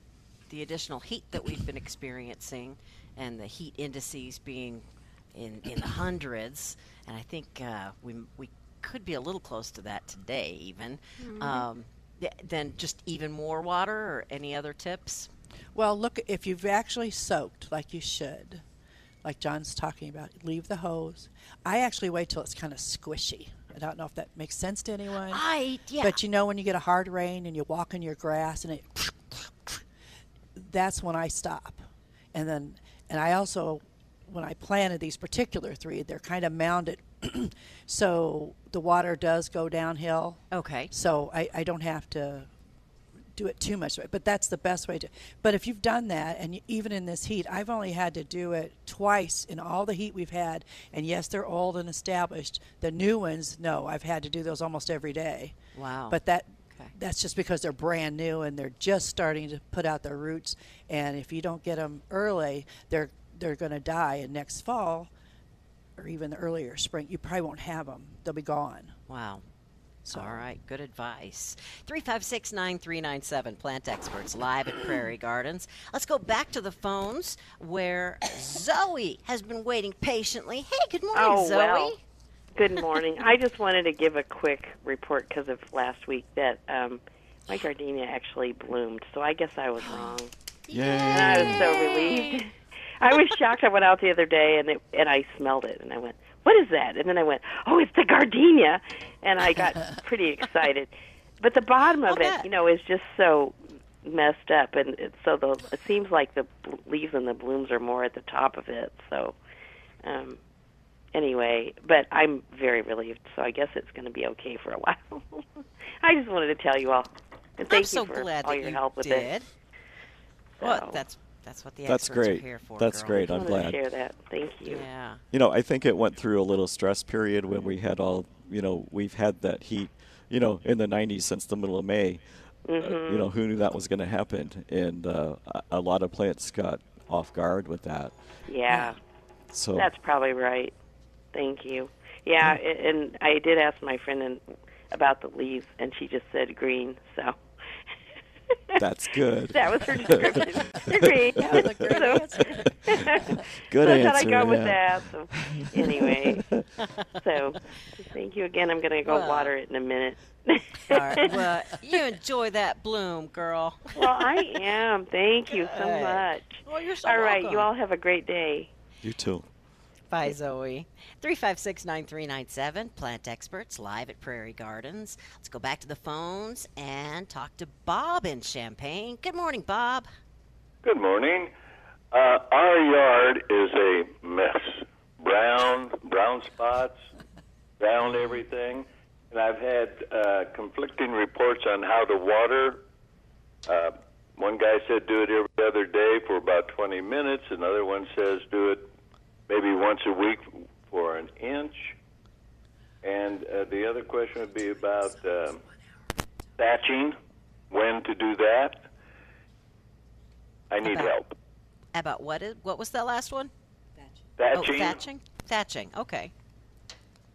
Speaker 1: the additional heat that we've been experiencing, and the heat indices being in in the hundreds, and I think uh, we we could be a little close to that today, even.
Speaker 3: Mm-hmm.
Speaker 1: Um, th- then just even more water or any other tips?
Speaker 3: Well, look, if you've actually soaked like you should, like John's talking about, leave the hose. I actually wait till it's kind of squishy. I don't know if that makes sense to anyone.
Speaker 1: I yeah.
Speaker 3: But you know, when you get a hard rain and you walk in your grass and it, that's when I stop. And then, and I also, when I planted these particular three, they're kind of mounded. <clears throat> so the water does go downhill.
Speaker 1: okay.
Speaker 3: So I, I don't have to do it too much. But that's the best way to. But if you've done that, and you, even in this heat, I've only had to do it twice in all the heat we've had. And yes, they're old and established. The new ones, no, I've had to do those almost every day.
Speaker 1: Wow.
Speaker 3: But that.
Speaker 1: Oh, Okay.
Speaker 3: That's just because they're brand new and they're just starting to put out their roots. And if you don't get them early, they're they're going to die. And next fall, or even the earlier spring, you probably won't have them. They'll be gone.
Speaker 1: Wow. All right, good advice. 356 9397, Plant Experts, live at Prairie Gardens. Let's go back to the phones where Zoe has been waiting patiently. Hey, good morning,
Speaker 7: Oh,
Speaker 1: Zoe.
Speaker 7: well. Good morning. I just wanted to give a quick report because of last week that um, my gardenia actually bloomed. So I guess
Speaker 1: <gasps>
Speaker 7: I was wrong. And I was so relieved. <laughs> I was shocked. I went out the other day and it, and I smelled it and I went, "What is that?" And then I went, "Oh, it's the gardenia," and
Speaker 1: <laughs>
Speaker 7: I got pretty excited. But the bottom of
Speaker 1: bet.
Speaker 7: it, you know, is just so messed up, and it, so the it seems like the bl- leaves and the blooms are more at the top of it. So, um, anyway, but I'm very relieved. So I guess it's going to be okay for a <laughs> while. I just wanted to tell you all.
Speaker 1: I'm
Speaker 7: And thank
Speaker 1: so
Speaker 7: you for
Speaker 1: glad
Speaker 7: all
Speaker 1: that
Speaker 7: your
Speaker 1: you
Speaker 7: help with
Speaker 1: did.
Speaker 7: it.
Speaker 1: Well,
Speaker 7: So-
Speaker 1: that's that's what the
Speaker 2: That's
Speaker 1: experts
Speaker 2: great.
Speaker 1: are here for.
Speaker 2: That's
Speaker 1: girl.
Speaker 2: great. I'm
Speaker 7: wanted
Speaker 2: glad.
Speaker 7: to share that. Thank you.
Speaker 1: Yeah.
Speaker 2: You know, I think it went through a little stress period when we had all, you know, we've had that heat, you know, in the 90s since the middle of May. Uh,
Speaker 7: Mm-hmm.
Speaker 2: you know, who knew that was going to happen? And uh, a- a lot of plants got off guard with that.
Speaker 7: Yeah.
Speaker 2: So
Speaker 7: That's <laughs> probably right. Thank you. Yeah, a- and I did ask my friend in, about the leaves, and she just said green. So
Speaker 2: that's good.
Speaker 7: that
Speaker 2: <laughs>
Speaker 7: was her description. green.
Speaker 3: That was a great
Speaker 7: <laughs> So-
Speaker 3: answer.
Speaker 2: good
Speaker 7: so I
Speaker 2: answer.
Speaker 7: thought I'd go with
Speaker 2: yeah.
Speaker 7: that. So
Speaker 2: <laughs>
Speaker 7: anyway, so thank you again. I'm going to go water it in a minute.
Speaker 1: All
Speaker 7: <laughs>
Speaker 1: right. Well, you enjoy that bloom, girl.
Speaker 7: well, I am. Thank you so
Speaker 1: Good.
Speaker 7: much.
Speaker 1: Well, you're so
Speaker 7: All right,
Speaker 1: welcome.
Speaker 7: you all have a great day.
Speaker 2: You too.
Speaker 1: Bye, Zoe. 356 9397, Plant Experts, live at Prairie Gardens. Let's go back to the phones and talk to Bob in Champaign. Good morning, Bob.
Speaker 8: Good morning. Uh, our yard is a mess. Brown, brown spots, brown everything. And I've had uh, conflicting reports on how to water. Uh, one guy said do it every other day for about 20 minutes. Another one says do it maybe once a week for an inch. And uh, the other question would be about um thatching, when to do that. I need
Speaker 1: About-
Speaker 8: help.
Speaker 1: About what? Is, what was that last one?
Speaker 8: Thatching.
Speaker 1: Oh, thatching? Thatching. Oh, Okay.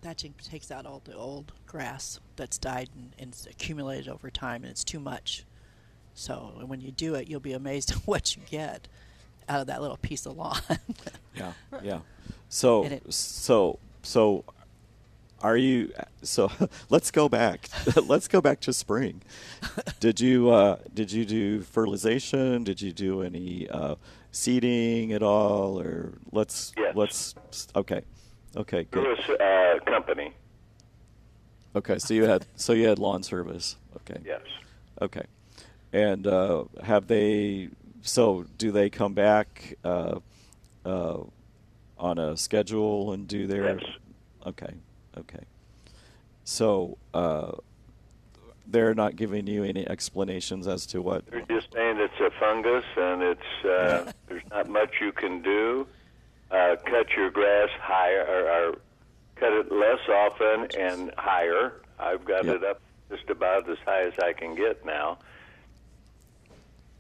Speaker 3: Thatching takes out all the old grass that's died and, and it's accumulated over time, and it's too much. So and when you do it, you'll be amazed <laughs> at what you get out of that little piece of lawn. <laughs>
Speaker 2: Yeah,
Speaker 7: <laughs>
Speaker 2: yeah. So,
Speaker 3: And it-
Speaker 2: so, so, are you? So, <laughs> let's go back. <laughs> let's go back to spring. did you uh, did you do fertilization? Did you do any uh, seeding at all? Or let's
Speaker 8: Yes.
Speaker 2: let's okay, okay,
Speaker 8: Lewis
Speaker 2: good.
Speaker 8: uh, Company.
Speaker 2: Okay, so you had so you had lawn service. Okay,
Speaker 8: Yes.
Speaker 2: Okay. And uh, have they? So do they come back uh, uh, on a schedule and do their?
Speaker 8: Yes.
Speaker 2: Okay. Okay. So uh, they're not giving you any explanations as to what.
Speaker 8: They're just saying it's a fungus and it's uh, there's not much you can do. Uh, cut your grass higher or, or cut it less often and higher. I've got
Speaker 2: Yeah.
Speaker 8: it up just about as high as I can get now.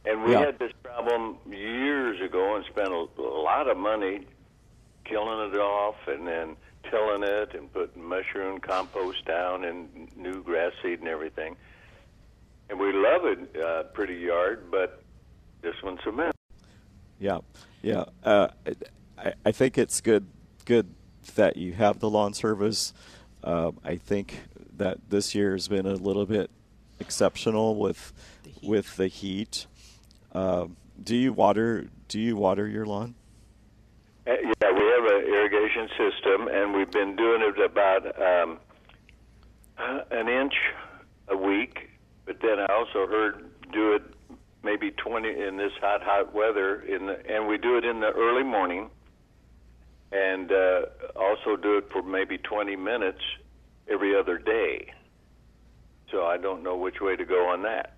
Speaker 8: And we
Speaker 2: Yeah.
Speaker 8: had this problem years ago and spent a, a lot of money killing it off and then tilling it and putting mushroom compost down and new grass seed and everything. And we love it, uh, pretty yard, but this one's a mess.
Speaker 2: Yeah, yeah. Uh, I, I think it's good, good that you have the lawn service. Um, I think that this year has been a little bit exceptional with
Speaker 3: heat.
Speaker 2: with the heat. Um, do you water? Do you water your lawn?
Speaker 8: Uh, yeah, we have an irrigation system, and we've been doing it about um, uh, an inch a week. But then I also heard do it maybe 20 in this hot, hot weather, in the, and we do it in the early morning, and uh, also do it for maybe 20 minutes every other day. So I don't know which way to go on that.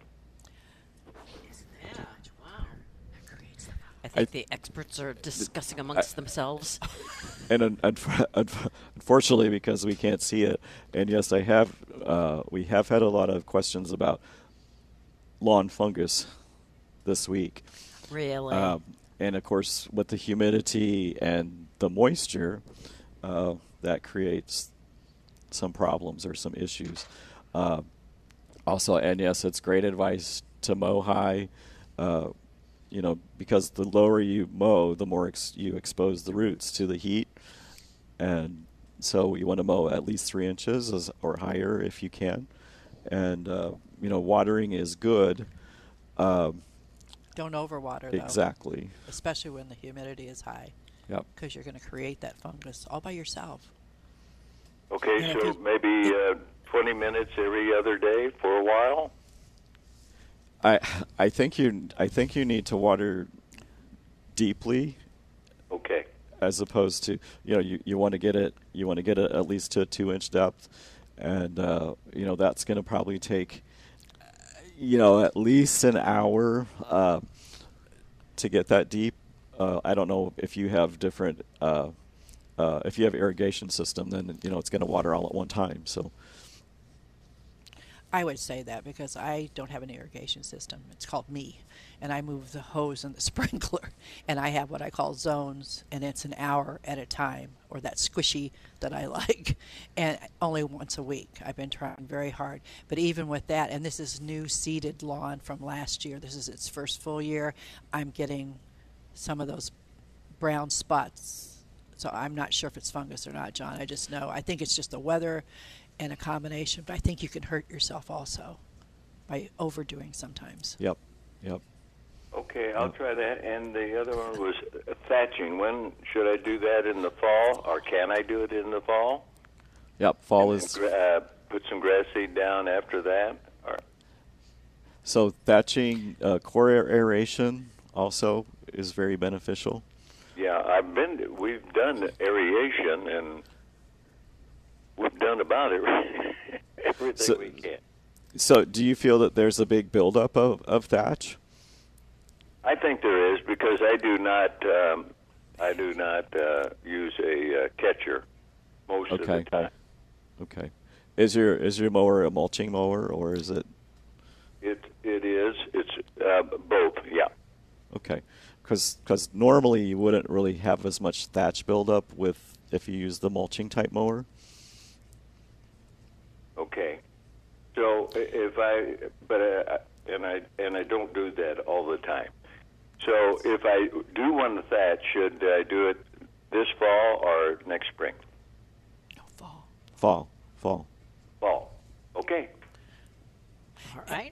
Speaker 1: Yeah. Wow. I think the experts are discussing amongst themselves.
Speaker 2: and un- unf- <laughs> unf- unfortunately, because we can't see it, and yes, I have. Uh, we have had a lot of questions about lawn fungus this week.
Speaker 1: Really?
Speaker 2: Um, and of course, with the humidity and the moisture, uh, that creates some problems or some issues. Uh, also, and yes, it's great advice to mow high. Uh, you know, because the lower you mow, the more ex- you expose the roots to the heat, and so you want to mow at least three inches as- or higher if you can. And uh, you know, watering is good. Um,
Speaker 3: Don't overwater though,
Speaker 2: exactly.
Speaker 3: especially when the humidity is high,
Speaker 2: Yep.
Speaker 3: because you're going to create that fungus all by yourself.
Speaker 8: Okay,
Speaker 3: Yeah,
Speaker 8: so
Speaker 3: 'cause-
Speaker 8: maybe uh, 20 minutes every other day for a while.
Speaker 2: I I think you I think you need to water deeply
Speaker 8: Okay.
Speaker 2: as opposed to you know you, you want to get it you want to get it at least to a two inch depth and uh, you know that's going to probably take you know at least an hour uh, to get that deep uh, i don't know if you have different uh, uh, if you have irrigation system then you know it's going to water all at one time so
Speaker 3: I would say that because I don't have an irrigation system. It's called me, and I move the hose and the <laughs> sprinkler, and I have what I call zones, and it's an hour at a time, or that squishy that I <laughs> like, and only once a week. I've been trying very hard, but even with that, and this is new seeded lawn from last year. This is its first full year. I'm getting some of those brown spots. So I'm not sure if it's fungus or not, John. I just know. I think it's just the weather and a combination, but I think you can hurt yourself also by overdoing sometimes.
Speaker 2: Yep. Yep.
Speaker 8: Okay, I'll try that. And the other one was thatching. When should I do that in the fall, or can I do it in the fall?
Speaker 2: Yep. Fall
Speaker 8: And
Speaker 2: is
Speaker 8: gra- uh, put some grass seed down after that. Or,
Speaker 2: so thatching, uh, core aeration also is very beneficial.
Speaker 8: yeah, I've been. We've done aeration, and we've done about every, <laughs> everything
Speaker 2: So-
Speaker 8: we can.
Speaker 2: So, do you feel that there's a big buildup of, of thatch?
Speaker 8: I think there is because I do not. Um, I do not uh, use a uh, catcher most
Speaker 2: Okay.
Speaker 8: of the time.
Speaker 2: Okay. Is your is your mower a mulching mower or is it
Speaker 8: It it is. It's uh, both. Yeah.
Speaker 2: okay? Because normally you wouldn't really have as much thatch buildup with if you use the mulching type mower.
Speaker 8: Okay. So i- if I, but uh, I, and I and I don't do that all the time. So if I do want to thatch, should I do it this fall or next spring?
Speaker 3: No fall.
Speaker 2: Fall, fall.
Speaker 8: Fall. Okay.
Speaker 1: All right.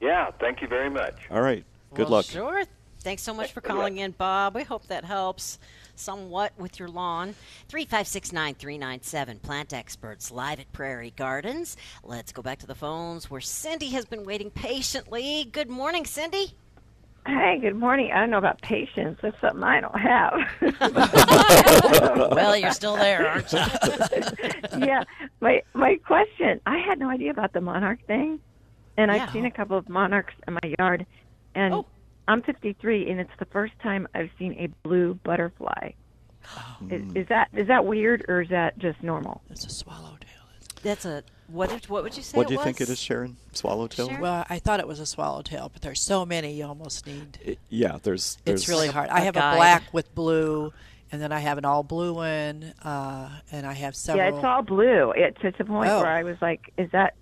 Speaker 8: Yeah. Thank you very much.
Speaker 2: All right. Good
Speaker 1: Well,
Speaker 2: luck.
Speaker 1: Sure. Thanks so much for
Speaker 8: Good luck.
Speaker 1: calling in, Bob. We hope that helps somewhat with your lawn. 3569397, Plant Experts, live at Prairie Gardens. Let's go back to the phones where Cindy has been waiting patiently. Good morning, Cindy.
Speaker 9: Hi, good morning. I don't know about patience. That's something I don't have.
Speaker 1: <laughs> well, you're still there, aren't you?
Speaker 9: <laughs> yeah, my my question. I had no idea about the monarch thing, and I've
Speaker 1: Yeah.
Speaker 9: seen a couple of monarchs in my yard, and
Speaker 1: Oh.
Speaker 9: I'm 53, and it's the first time I've seen a blue butterfly.
Speaker 1: Oh.
Speaker 9: Is, is that is that weird or is that just normal?
Speaker 3: It's a swallowtail.
Speaker 1: That's a what? Did, what would you say?
Speaker 2: What do you
Speaker 1: was?
Speaker 2: think it is, Sharon? Swallowtail.
Speaker 1: Sharon?
Speaker 3: Well, I thought it was a swallowtail, but there's so many you almost need.
Speaker 2: I- yeah. There's, there's
Speaker 3: It's really hard. I
Speaker 1: a
Speaker 3: have
Speaker 1: guide.
Speaker 3: a black with blue, and then I have an all blue one, uh, and I have several.
Speaker 9: Yeah, it's all blue. It's it's a point
Speaker 3: Oh.
Speaker 9: where I was like, is that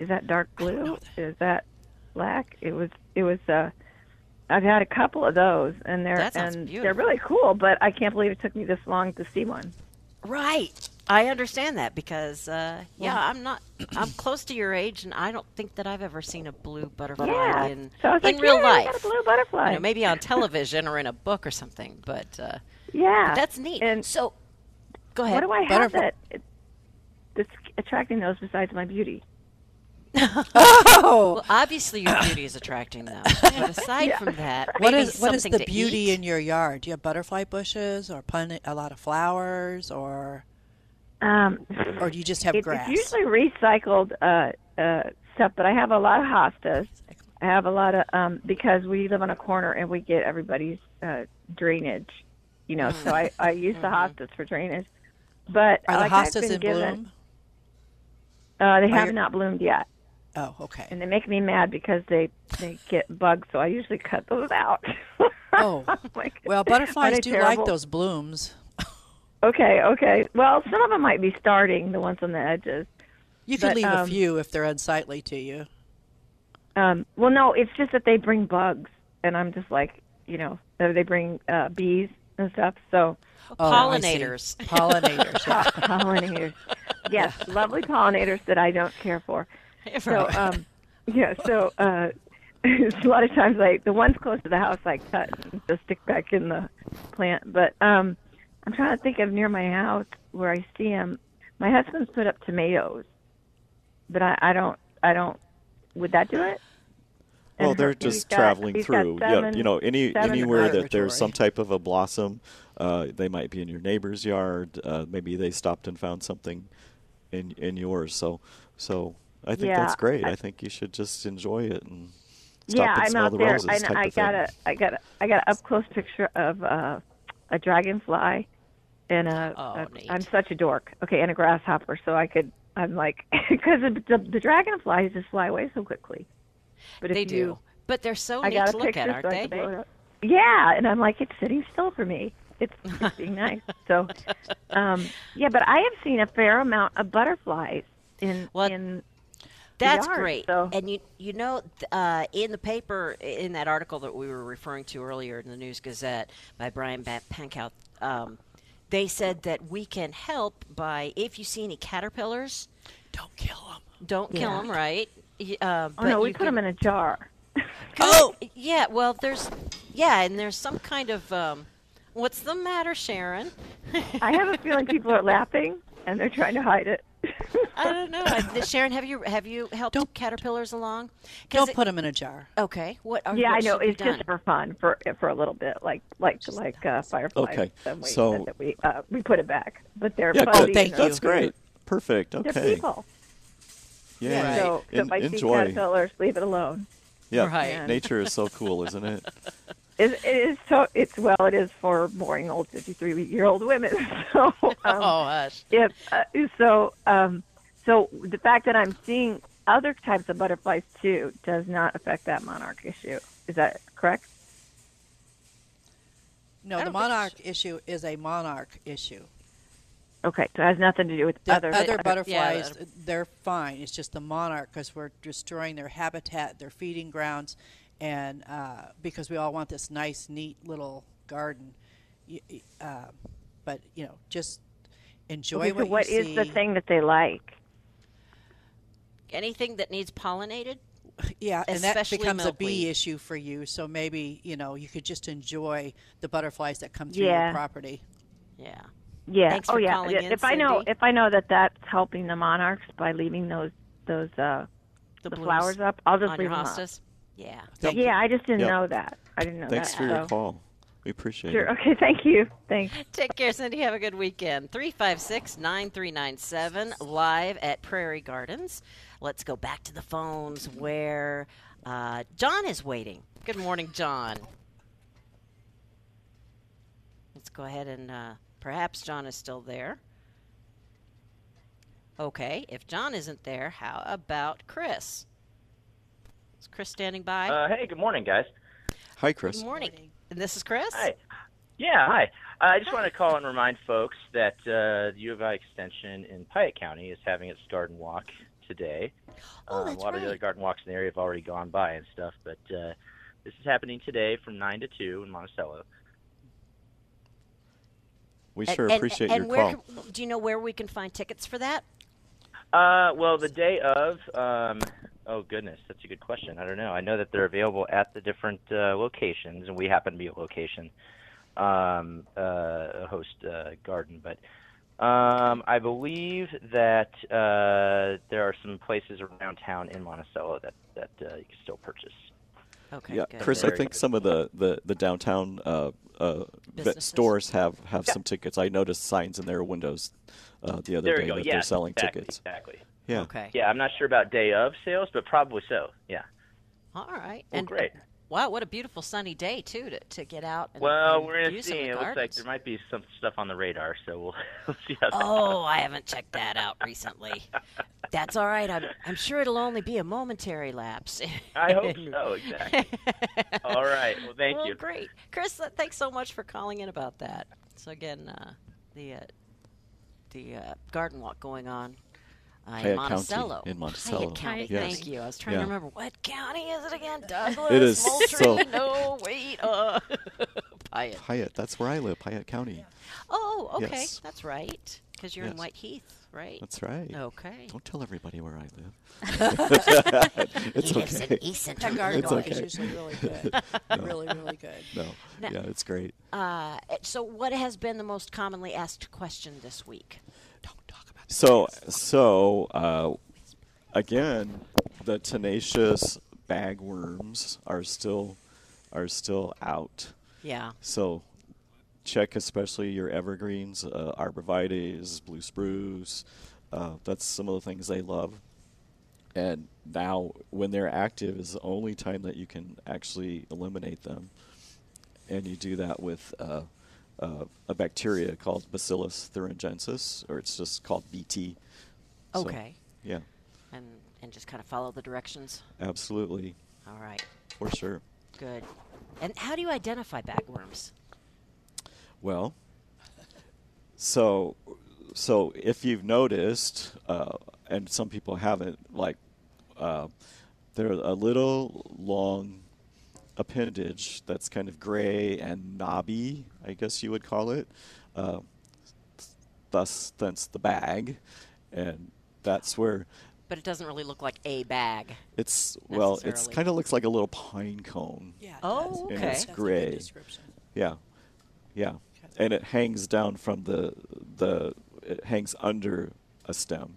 Speaker 9: is that dark blue?
Speaker 3: know
Speaker 9: Is that black? It was it was. Uh, I've had a couple of those, and they're
Speaker 1: That sounds
Speaker 9: and they're
Speaker 1: beautiful.
Speaker 9: really cool. But I can't believe it took me this long to see one.
Speaker 1: Right. I understand that because, uh, yeah, I'm not. I'm close to your age, and I don't think that I've ever seen a blue butterfly
Speaker 9: Yeah.
Speaker 1: in
Speaker 9: So I was
Speaker 1: in
Speaker 9: like,
Speaker 1: real
Speaker 9: "Yay, I
Speaker 1: life.
Speaker 9: got a blue butterfly."
Speaker 1: You know, maybe <laughs> on television or in a book or something. But uh,
Speaker 9: Yeah,
Speaker 1: that's neat.
Speaker 9: And
Speaker 1: so, go
Speaker 9: what
Speaker 1: ahead.
Speaker 9: do I have
Speaker 3: Butterfly-
Speaker 9: that that's attracting those besides my beauty?
Speaker 3: Oh,
Speaker 1: well, obviously, your beauty is attracting them. But aside from that,
Speaker 3: what
Speaker 1: maybe
Speaker 3: is what is
Speaker 1: something
Speaker 3: the
Speaker 1: to
Speaker 3: beauty
Speaker 1: eat?
Speaker 3: in your yard? Do you have butterfly bushes, or pun- a lot of flowers, or
Speaker 9: Um,
Speaker 3: or do you just have
Speaker 9: it-
Speaker 3: grass?
Speaker 9: It's usually recycled uh, uh, stuff, but I have a lot of hostas. I have a lot of um, because we live on a corner and we get everybody's uh, drainage, you know. So I, I use the hostas for drainage, but
Speaker 3: Mm-hmm. Are the
Speaker 9: like I've
Speaker 3: hostas
Speaker 9: been
Speaker 3: in
Speaker 9: given,
Speaker 3: bloom?
Speaker 9: Uh, they
Speaker 3: your-
Speaker 9: have not bloomed yet,
Speaker 3: Oh, okay.
Speaker 9: and they make me mad because they they get bugs. So I usually cut those out.
Speaker 3: Oh,
Speaker 9: <laughs> Like,
Speaker 3: well,
Speaker 9: aren't
Speaker 3: butterflies
Speaker 9: they
Speaker 3: do
Speaker 9: terrible?
Speaker 3: like those blooms. <laughs>
Speaker 9: Okay, okay. Well, some of them might be starting the ones on the edges.
Speaker 3: You could
Speaker 9: But,
Speaker 3: leave a
Speaker 9: um,
Speaker 3: few if they're unsightly to you.
Speaker 9: Um, well, no, it's just that they bring bugs, and I'm just like, you know, uh, they bring uh, bees and stuff. So
Speaker 3: Oh, I see.
Speaker 1: Pollinators.
Speaker 3: Pollinators. yeah.
Speaker 9: <laughs> pollinators, <laughs> yes, lovely pollinators that I don't care for. So, um, yeah, so uh, <laughs> a lot of times, like the ones close to the house, I cut and just stick back in the plant. But um, I'm trying to think of near my house where I see them. My husband's put up tomatoes, but I, I don't, I don't. Would that do it?
Speaker 2: Well,
Speaker 9: And <laughs>
Speaker 2: they're
Speaker 9: he's
Speaker 2: just
Speaker 9: got-
Speaker 2: traveling
Speaker 9: he's got
Speaker 2: through. yeah,
Speaker 9: seven-
Speaker 2: you know, any
Speaker 9: seven
Speaker 2: anywhere that
Speaker 3: migratory.
Speaker 2: there's some type of a blossom, uh, they might be in your neighbor's yard. Uh, maybe they stopped and found something in in yours. So, so I think
Speaker 9: Yeah,
Speaker 2: that's great. I,
Speaker 9: I-
Speaker 2: think you should just enjoy it and stop
Speaker 9: yeah,
Speaker 2: and
Speaker 9: I'm
Speaker 2: smell
Speaker 9: out
Speaker 2: the
Speaker 9: there,
Speaker 2: roses.
Speaker 9: and
Speaker 2: type
Speaker 9: I
Speaker 2: of thing.
Speaker 9: got a, I got, a, I got an up close picture of uh, a dragonfly, and a,
Speaker 1: Oh,
Speaker 9: a
Speaker 1: neat.
Speaker 9: I'm such a dork. Okay, and a grasshopper, so I could I'm like, <laughs> because the, the dragonflies just fly away so quickly. But if
Speaker 1: they
Speaker 9: you,
Speaker 1: do. but they're so
Speaker 9: I
Speaker 1: neat
Speaker 9: got
Speaker 1: to
Speaker 9: a
Speaker 1: look
Speaker 9: picture,
Speaker 1: at,
Speaker 9: so
Speaker 1: aren't
Speaker 9: I can
Speaker 1: they?
Speaker 9: blow it up. Yeah, and I'm like, it's sitting still for me.
Speaker 1: <laughs>
Speaker 9: It's, it's being nice. So, um, yeah, but I have seen a fair amount of butterflies in
Speaker 1: Well,
Speaker 9: in. the
Speaker 1: That's
Speaker 9: yard,
Speaker 1: great.
Speaker 9: So
Speaker 1: And you you know th- uh, in the paper in that article that we were referring to earlier in the News Gazette by Brian Ba- Pankow, um, they said that we can help by if you see any caterpillars,
Speaker 3: Don't kill them.
Speaker 1: don't kill 'em, kill
Speaker 9: Yeah.
Speaker 1: them, right? Y- Uh,
Speaker 9: oh no,
Speaker 1: but
Speaker 9: we
Speaker 1: you
Speaker 9: put them
Speaker 1: can-
Speaker 9: in a jar.
Speaker 1: Oh, yeah. Well, there's yeah, and there's some kind of um, what's the matter, Sharon?
Speaker 9: I have a feeling people are laughing and they're trying to hide it.
Speaker 1: I don't know. I, Sharon, have you have you helped
Speaker 3: Don't-
Speaker 1: caterpillars along? 'Cause
Speaker 3: Don't
Speaker 1: it-
Speaker 3: put them in a jar.
Speaker 1: Okay. What? Are,
Speaker 9: yeah,
Speaker 1: what
Speaker 9: I know.
Speaker 1: should be
Speaker 9: It's
Speaker 1: done?
Speaker 9: just for fun, for for a little bit, like like like uh, fireflies.
Speaker 2: Okay,
Speaker 9: and we,
Speaker 2: so-
Speaker 9: that we uh, we put it back, but they're
Speaker 2: Yeah,
Speaker 9: fuzzy
Speaker 2: good.
Speaker 3: thank
Speaker 9: and they're-
Speaker 2: That's great. Perfect.
Speaker 9: They're
Speaker 2: Okay.
Speaker 9: people.
Speaker 2: Yeah.
Speaker 1: Right.
Speaker 9: So, so
Speaker 2: En-
Speaker 9: if I see
Speaker 2: enjoy.
Speaker 9: caterpillars, leave it alone.
Speaker 2: Yeah.
Speaker 1: Right.
Speaker 2: Nature is so cool, isn't it?
Speaker 9: It, it is so. It's well. It is for boring old fifty-three-year-old women. <laughs>
Speaker 1: <laughs>
Speaker 9: So um,
Speaker 1: oh, hush.
Speaker 9: if uh, so, um, so the fact that I'm seeing other types of butterflies too does not affect that monarch issue. Is that correct?
Speaker 1: I
Speaker 3: No, the
Speaker 1: don't think
Speaker 3: monarch issue is a monarch issue.
Speaker 9: Okay, so it has nothing to do with
Speaker 3: The
Speaker 9: other uh,
Speaker 3: other, butterflies,
Speaker 1: other-
Speaker 3: they're fine. It's just the monarch because we're destroying their habitat, their feeding grounds, and uh, because we all want this nice, neat little garden. Y- y- um, but you know, just enjoy
Speaker 9: Okay, so
Speaker 3: what you
Speaker 9: what is
Speaker 3: see.
Speaker 9: the thing that they like?
Speaker 1: Anything that needs pollinated.
Speaker 3: Yeah, and that
Speaker 1: Especially
Speaker 3: becomes a bee
Speaker 1: milkweed.
Speaker 3: issue for you. So maybe you know you could just enjoy the butterflies that come through
Speaker 9: Yeah.
Speaker 3: your property.
Speaker 1: Yeah.
Speaker 9: Yeah.
Speaker 1: Thanks
Speaker 9: oh
Speaker 1: for
Speaker 9: yeah.
Speaker 1: calling
Speaker 9: Yeah,
Speaker 1: in,
Speaker 9: if I know
Speaker 1: Cindy.
Speaker 9: if I know that that's helping the monarchs by leaving those those uh, the,
Speaker 1: blooms
Speaker 9: flowers up, I'll just
Speaker 1: on
Speaker 9: leave
Speaker 1: your
Speaker 9: them up.
Speaker 1: hostas. Yeah.
Speaker 3: Thank you.
Speaker 9: Yeah, I just didn't
Speaker 2: Yep.
Speaker 9: know that. <laughs> I didn't know
Speaker 2: Thanks
Speaker 9: that.
Speaker 2: for your
Speaker 9: so-
Speaker 2: call. We appreciate
Speaker 9: Sure.
Speaker 2: it.
Speaker 9: Okay. <laughs> Thank you. Thanks.
Speaker 1: Take care, Cindy. Have a good weekend. 356 9397, live at Prairie Gardens. Let's go back to the phones where uh, John is waiting. Good morning, John. Let's go ahead and uh, perhaps John is still there. Okay, if John isn't there, how about Chris? Is Chris standing by?
Speaker 10: Uh, hey, good morning, guys.
Speaker 2: Hi,
Speaker 1: Good
Speaker 2: Chris.
Speaker 1: morning. And this is Chris?
Speaker 10: Hi. Yeah, hi. Uh, I just want to call and remind folks that uh, the U of I Extension in Piatt County is having its garden walk today.
Speaker 1: Oh,
Speaker 10: Um,
Speaker 1: that's
Speaker 10: a lot of
Speaker 1: right.
Speaker 10: the other garden walks in the area have already gone by and stuff, but uh, this is happening today from 9 to 2 in Monticello.
Speaker 2: We
Speaker 1: And-
Speaker 2: sure
Speaker 1: and,
Speaker 2: appreciate
Speaker 1: and
Speaker 2: your
Speaker 1: where
Speaker 2: call.
Speaker 1: Can, do you know where we can find tickets for that?
Speaker 10: Uh, well, the day of, um, oh goodness, that's a good question. I don't know. I know that they're available at the different uh, locations, and we happen to be at location um, uh, host uh, garden, but um, I believe that uh, there are some places around town in Monticello that that uh, you can still purchase.
Speaker 1: Okay.
Speaker 2: Yeah,
Speaker 1: good.
Speaker 2: Chris, I
Speaker 10: Very
Speaker 2: think
Speaker 10: good.
Speaker 2: some of the the, the downtown uh, uh, vet
Speaker 1: Businesses.
Speaker 2: stores have have some tickets. I noticed signs in their windows uh, the other
Speaker 10: there
Speaker 2: day
Speaker 10: you go.
Speaker 2: that
Speaker 10: yeah,
Speaker 2: they're selling
Speaker 10: exactly,
Speaker 2: tickets.
Speaker 10: Exactly.
Speaker 2: Yeah.
Speaker 1: Okay.
Speaker 10: Yeah, I'm not sure about day of sales, but probably so. Yeah.
Speaker 1: All right.
Speaker 10: Well,
Speaker 1: and
Speaker 10: great.
Speaker 1: Wow, what a beautiful sunny day too to, to get out. And,
Speaker 10: Well,
Speaker 1: and
Speaker 10: we're gonna
Speaker 1: view
Speaker 10: see.
Speaker 1: some of the
Speaker 10: It looks like
Speaker 1: gardens.
Speaker 10: there might be some stuff on the radar, so we'll, <laughs> we'll see how. that
Speaker 1: Oh, I haven't checked that out recently. That's all right. I'm I'm sure it'll only be a momentary lapse.
Speaker 10: <laughs> I hope so. Exactly. All right. Well, thank
Speaker 1: well,
Speaker 10: you.
Speaker 1: Great, Chris. th- Thanks so much for calling in about that. So again, uh, the uh, the uh, garden walk going on uh, in
Speaker 2: County,
Speaker 1: Monticello.
Speaker 2: in
Speaker 1: Piatt
Speaker 2: Monticello,
Speaker 1: County.
Speaker 2: yes.
Speaker 1: Thank you. I was trying
Speaker 2: Yeah.
Speaker 1: to remember what county is it again?
Speaker 2: <laughs>
Speaker 1: Douglas.
Speaker 2: It is
Speaker 1: Moultrie.
Speaker 2: so-
Speaker 1: <laughs> No, wait. Uh, <laughs> Piatt.
Speaker 2: Hyatt, that's where I live. Hyatt County.
Speaker 1: Oh, okay.
Speaker 2: Yes.
Speaker 1: That's right. Because you're in
Speaker 2: Yes.
Speaker 1: Whiteheath, right?
Speaker 2: That's right.
Speaker 1: Okay.
Speaker 2: Don't tell everybody where I live. <laughs>
Speaker 1: <laughs>
Speaker 2: it's
Speaker 1: he lives
Speaker 2: okay.
Speaker 1: in Easton.
Speaker 3: That garden
Speaker 2: It's
Speaker 3: walk is
Speaker 2: okay.
Speaker 3: usually really good,
Speaker 2: <laughs>
Speaker 1: <laughs>
Speaker 3: really, really good.
Speaker 2: No.
Speaker 1: No.
Speaker 2: Yeah, it's great.
Speaker 1: Uh, so, what has been the most commonly asked question this week?
Speaker 3: Don't talk about that.
Speaker 2: So, so uh, again, the tenacious bagworms are still are still out.
Speaker 1: Yeah.
Speaker 2: So check especially your evergreens, uh, arborvitaes, blue spruce. Uh, that's some of the things they love. And now, when they're active, is the only time that you can actually eliminate them. And you do that with uh, uh, a bacteria called Bacillus thuringiensis, or it's just called BT. So,
Speaker 1: Okay.
Speaker 2: yeah,
Speaker 1: And and just kind of follow the directions.
Speaker 2: absolutely,
Speaker 1: All right.
Speaker 2: for sure.
Speaker 1: Good. And how do you identify bagworms?
Speaker 2: Well, so so if you've noticed, uh, and some people haven't, like uh, they're a little long appendage that's kind of gray and knobby, I guess you would call it. Uh, thus, thence the bag, and that's where
Speaker 1: But it doesn't really look like a bag.
Speaker 2: it's well, it's
Speaker 1: Necessarily.
Speaker 2: kind of looks like a little pine cone.
Speaker 3: Yeah. it
Speaker 1: Oh,
Speaker 3: does.
Speaker 1: okay.
Speaker 2: And
Speaker 1: That's
Speaker 2: it's
Speaker 1: a
Speaker 3: good
Speaker 2: gray.
Speaker 3: description.
Speaker 2: Yeah, yeah, and it hangs down from the the it hangs under a stem.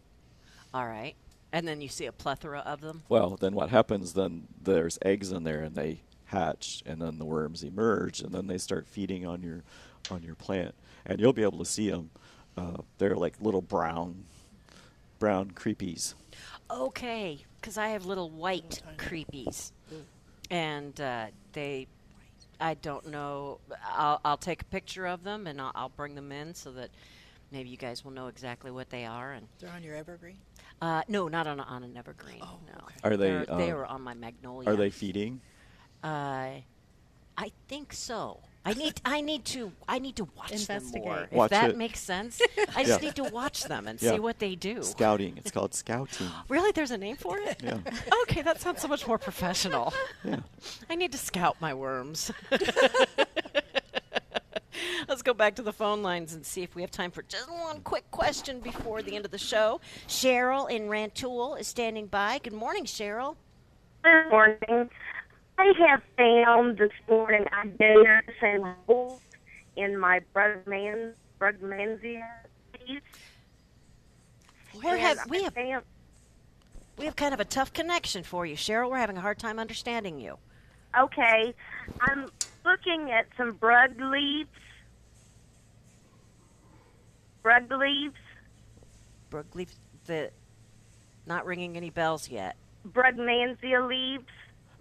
Speaker 1: All right. And then you see a plethora of them.
Speaker 2: Well, then what happens? Then there's eggs in there, and they hatch, and then the worms emerge, and then they start feeding on your on your plant, and you'll be able to see them. Uh, they're like little brown brown creepies.
Speaker 1: Okay, because I have little white creepies, and uh, they, I don't know. I'll, I'll take a picture of them and I'll, I'll bring them in so that maybe you guys will know exactly what they are. And
Speaker 3: They're on your evergreen. Oh,
Speaker 1: uh, no, not on on an evergreen. no,
Speaker 2: Are they,
Speaker 1: They're- they
Speaker 2: um,
Speaker 1: were on my magnolia.
Speaker 2: Are they feeding?
Speaker 1: Uh, I think so. I need I need to I need to watch them
Speaker 4: Investigate.
Speaker 1: more.
Speaker 2: Watch
Speaker 1: if that
Speaker 2: it. <laughs>
Speaker 1: makes sense, I just
Speaker 2: Yeah.
Speaker 1: need to watch them and
Speaker 2: Yeah.
Speaker 1: see what they do.
Speaker 2: Scouting. It's called
Speaker 1: <gasps>
Speaker 2: scouting.
Speaker 1: Really, there's a name for it?
Speaker 2: Yeah.
Speaker 1: Okay, that sounds so much more professional. I need to scout my worms. <laughs> Let's go back to the phone lines and see if we have time for just one quick question before the end of the show. Cheryl in Rantoul is standing by. Good morning, Cheryl.
Speaker 11: Good morning. I have found this morning I do notice a wolf in my Brugman, Brugmansia piece.
Speaker 1: We're
Speaker 11: And
Speaker 1: have, we
Speaker 11: I
Speaker 1: have
Speaker 11: found-
Speaker 1: we have kind of a tough connection for you, Cheryl. We're having a hard time understanding you.
Speaker 11: Okay, I'm looking at some brug leaves. Brug leaves,
Speaker 1: Brooke, leave the not ringing any bells yet.
Speaker 11: Brugmansia leaves.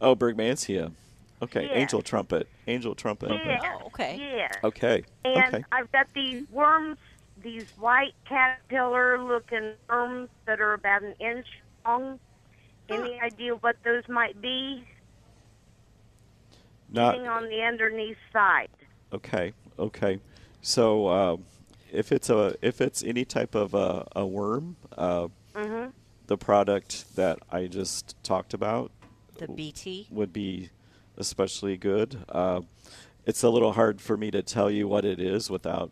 Speaker 2: Oh, Bergmansia. Okay,
Speaker 11: Yeah.
Speaker 2: angel trumpet. Angel trumpet.
Speaker 11: Yeah.
Speaker 1: Oh, okay.
Speaker 11: Yeah.
Speaker 2: Okay.
Speaker 11: And
Speaker 2: okay.
Speaker 11: I've got these worms, these white caterpillar looking worms that are about an inch long. Any idea what those might be? Sitting
Speaker 2: Not
Speaker 11: on the underneath side.
Speaker 2: okay. Okay. So um, if it's a if it's any type of a, a worm, uh,
Speaker 11: Mm-hmm.
Speaker 2: the product that I just talked about
Speaker 1: The BT.
Speaker 2: would be especially good. Uh, it's a little hard for me to tell you what it is without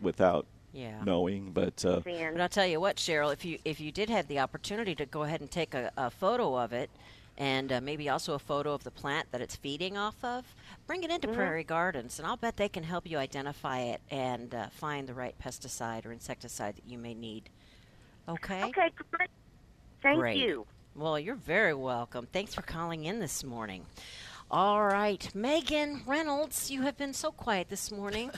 Speaker 2: without
Speaker 1: Yeah.
Speaker 2: knowing, but uh,
Speaker 1: But
Speaker 11: Then.
Speaker 1: I'll tell you what, Cheryl, if you if you did have the opportunity to go ahead and take a, a photo of it, and uh, maybe also a photo of the plant that it's feeding off of, bring it
Speaker 3: Mm-hmm.
Speaker 9: Mm-hmm.
Speaker 1: into Prairie Gardens, and I'll bet they can help you identify it and uh, find the right pesticide or insecticide that you may need. Okay.
Speaker 11: Okay, great. Thank
Speaker 1: Great.
Speaker 11: you.
Speaker 1: Well, you're very welcome. Thanks for calling in this morning. All right, Megan Reynolds, you have been so quiet this morning.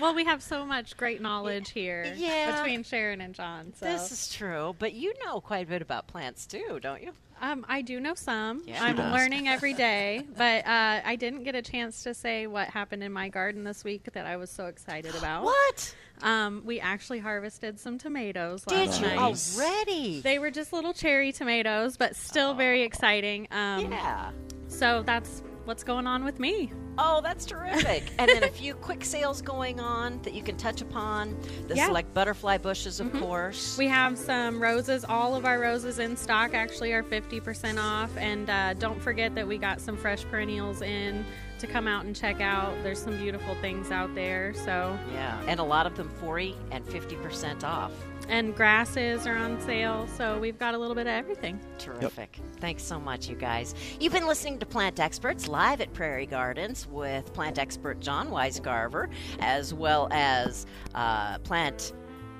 Speaker 4: Well, we have so much great knowledge here
Speaker 1: Yeah.
Speaker 4: between Sharon and John. So
Speaker 1: This is true, but you know quite a bit about plants too, don't you?
Speaker 4: um, I do know some.
Speaker 1: Yeah. She
Speaker 4: I'm
Speaker 2: does.
Speaker 4: learning every day, <laughs> but uh, I didn't get a chance to say what happened in my garden this week that I was so excited about.
Speaker 1: What?
Speaker 4: Um, we actually harvested some tomatoes
Speaker 1: Did
Speaker 4: last
Speaker 1: you
Speaker 4: night.
Speaker 2: Nice.
Speaker 1: already?
Speaker 4: They were just little cherry tomatoes, but still very exciting. Um,
Speaker 1: yeah.
Speaker 4: So that's what's going on with me.
Speaker 1: Oh, that's terrific. and then a few quick sales going on that you can touch upon. The
Speaker 4: Yeah.
Speaker 1: select butterfly bushes, of course.
Speaker 4: We have some roses. All of our roses in stock actually are 50% off. And uh, don't forget that we got some fresh perennials in to come out and check out. There's some beautiful things out there. So,
Speaker 1: yeah, and a lot of them 40 and 50% off.
Speaker 4: and grasses are on sale. So we've got a little bit of everything.
Speaker 1: Terrific. Thanks so much, you guys. You've been listening to Plant Experts live at Prairie Gardens with plant expert John Weisgarver, as well as uh, plant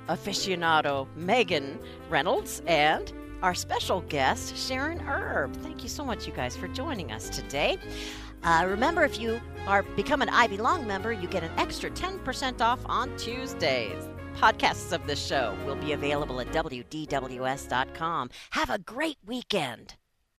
Speaker 1: aficionado Megan Reynolds and our special guest, Sharon Erb. Thank you so much, you guys, for joining us today. Uh, remember, if you are become an Ivy Long member, you get an extra 10% off on Tuesdays. Podcasts of the show will be available at WDWS.com. Have a great weekend.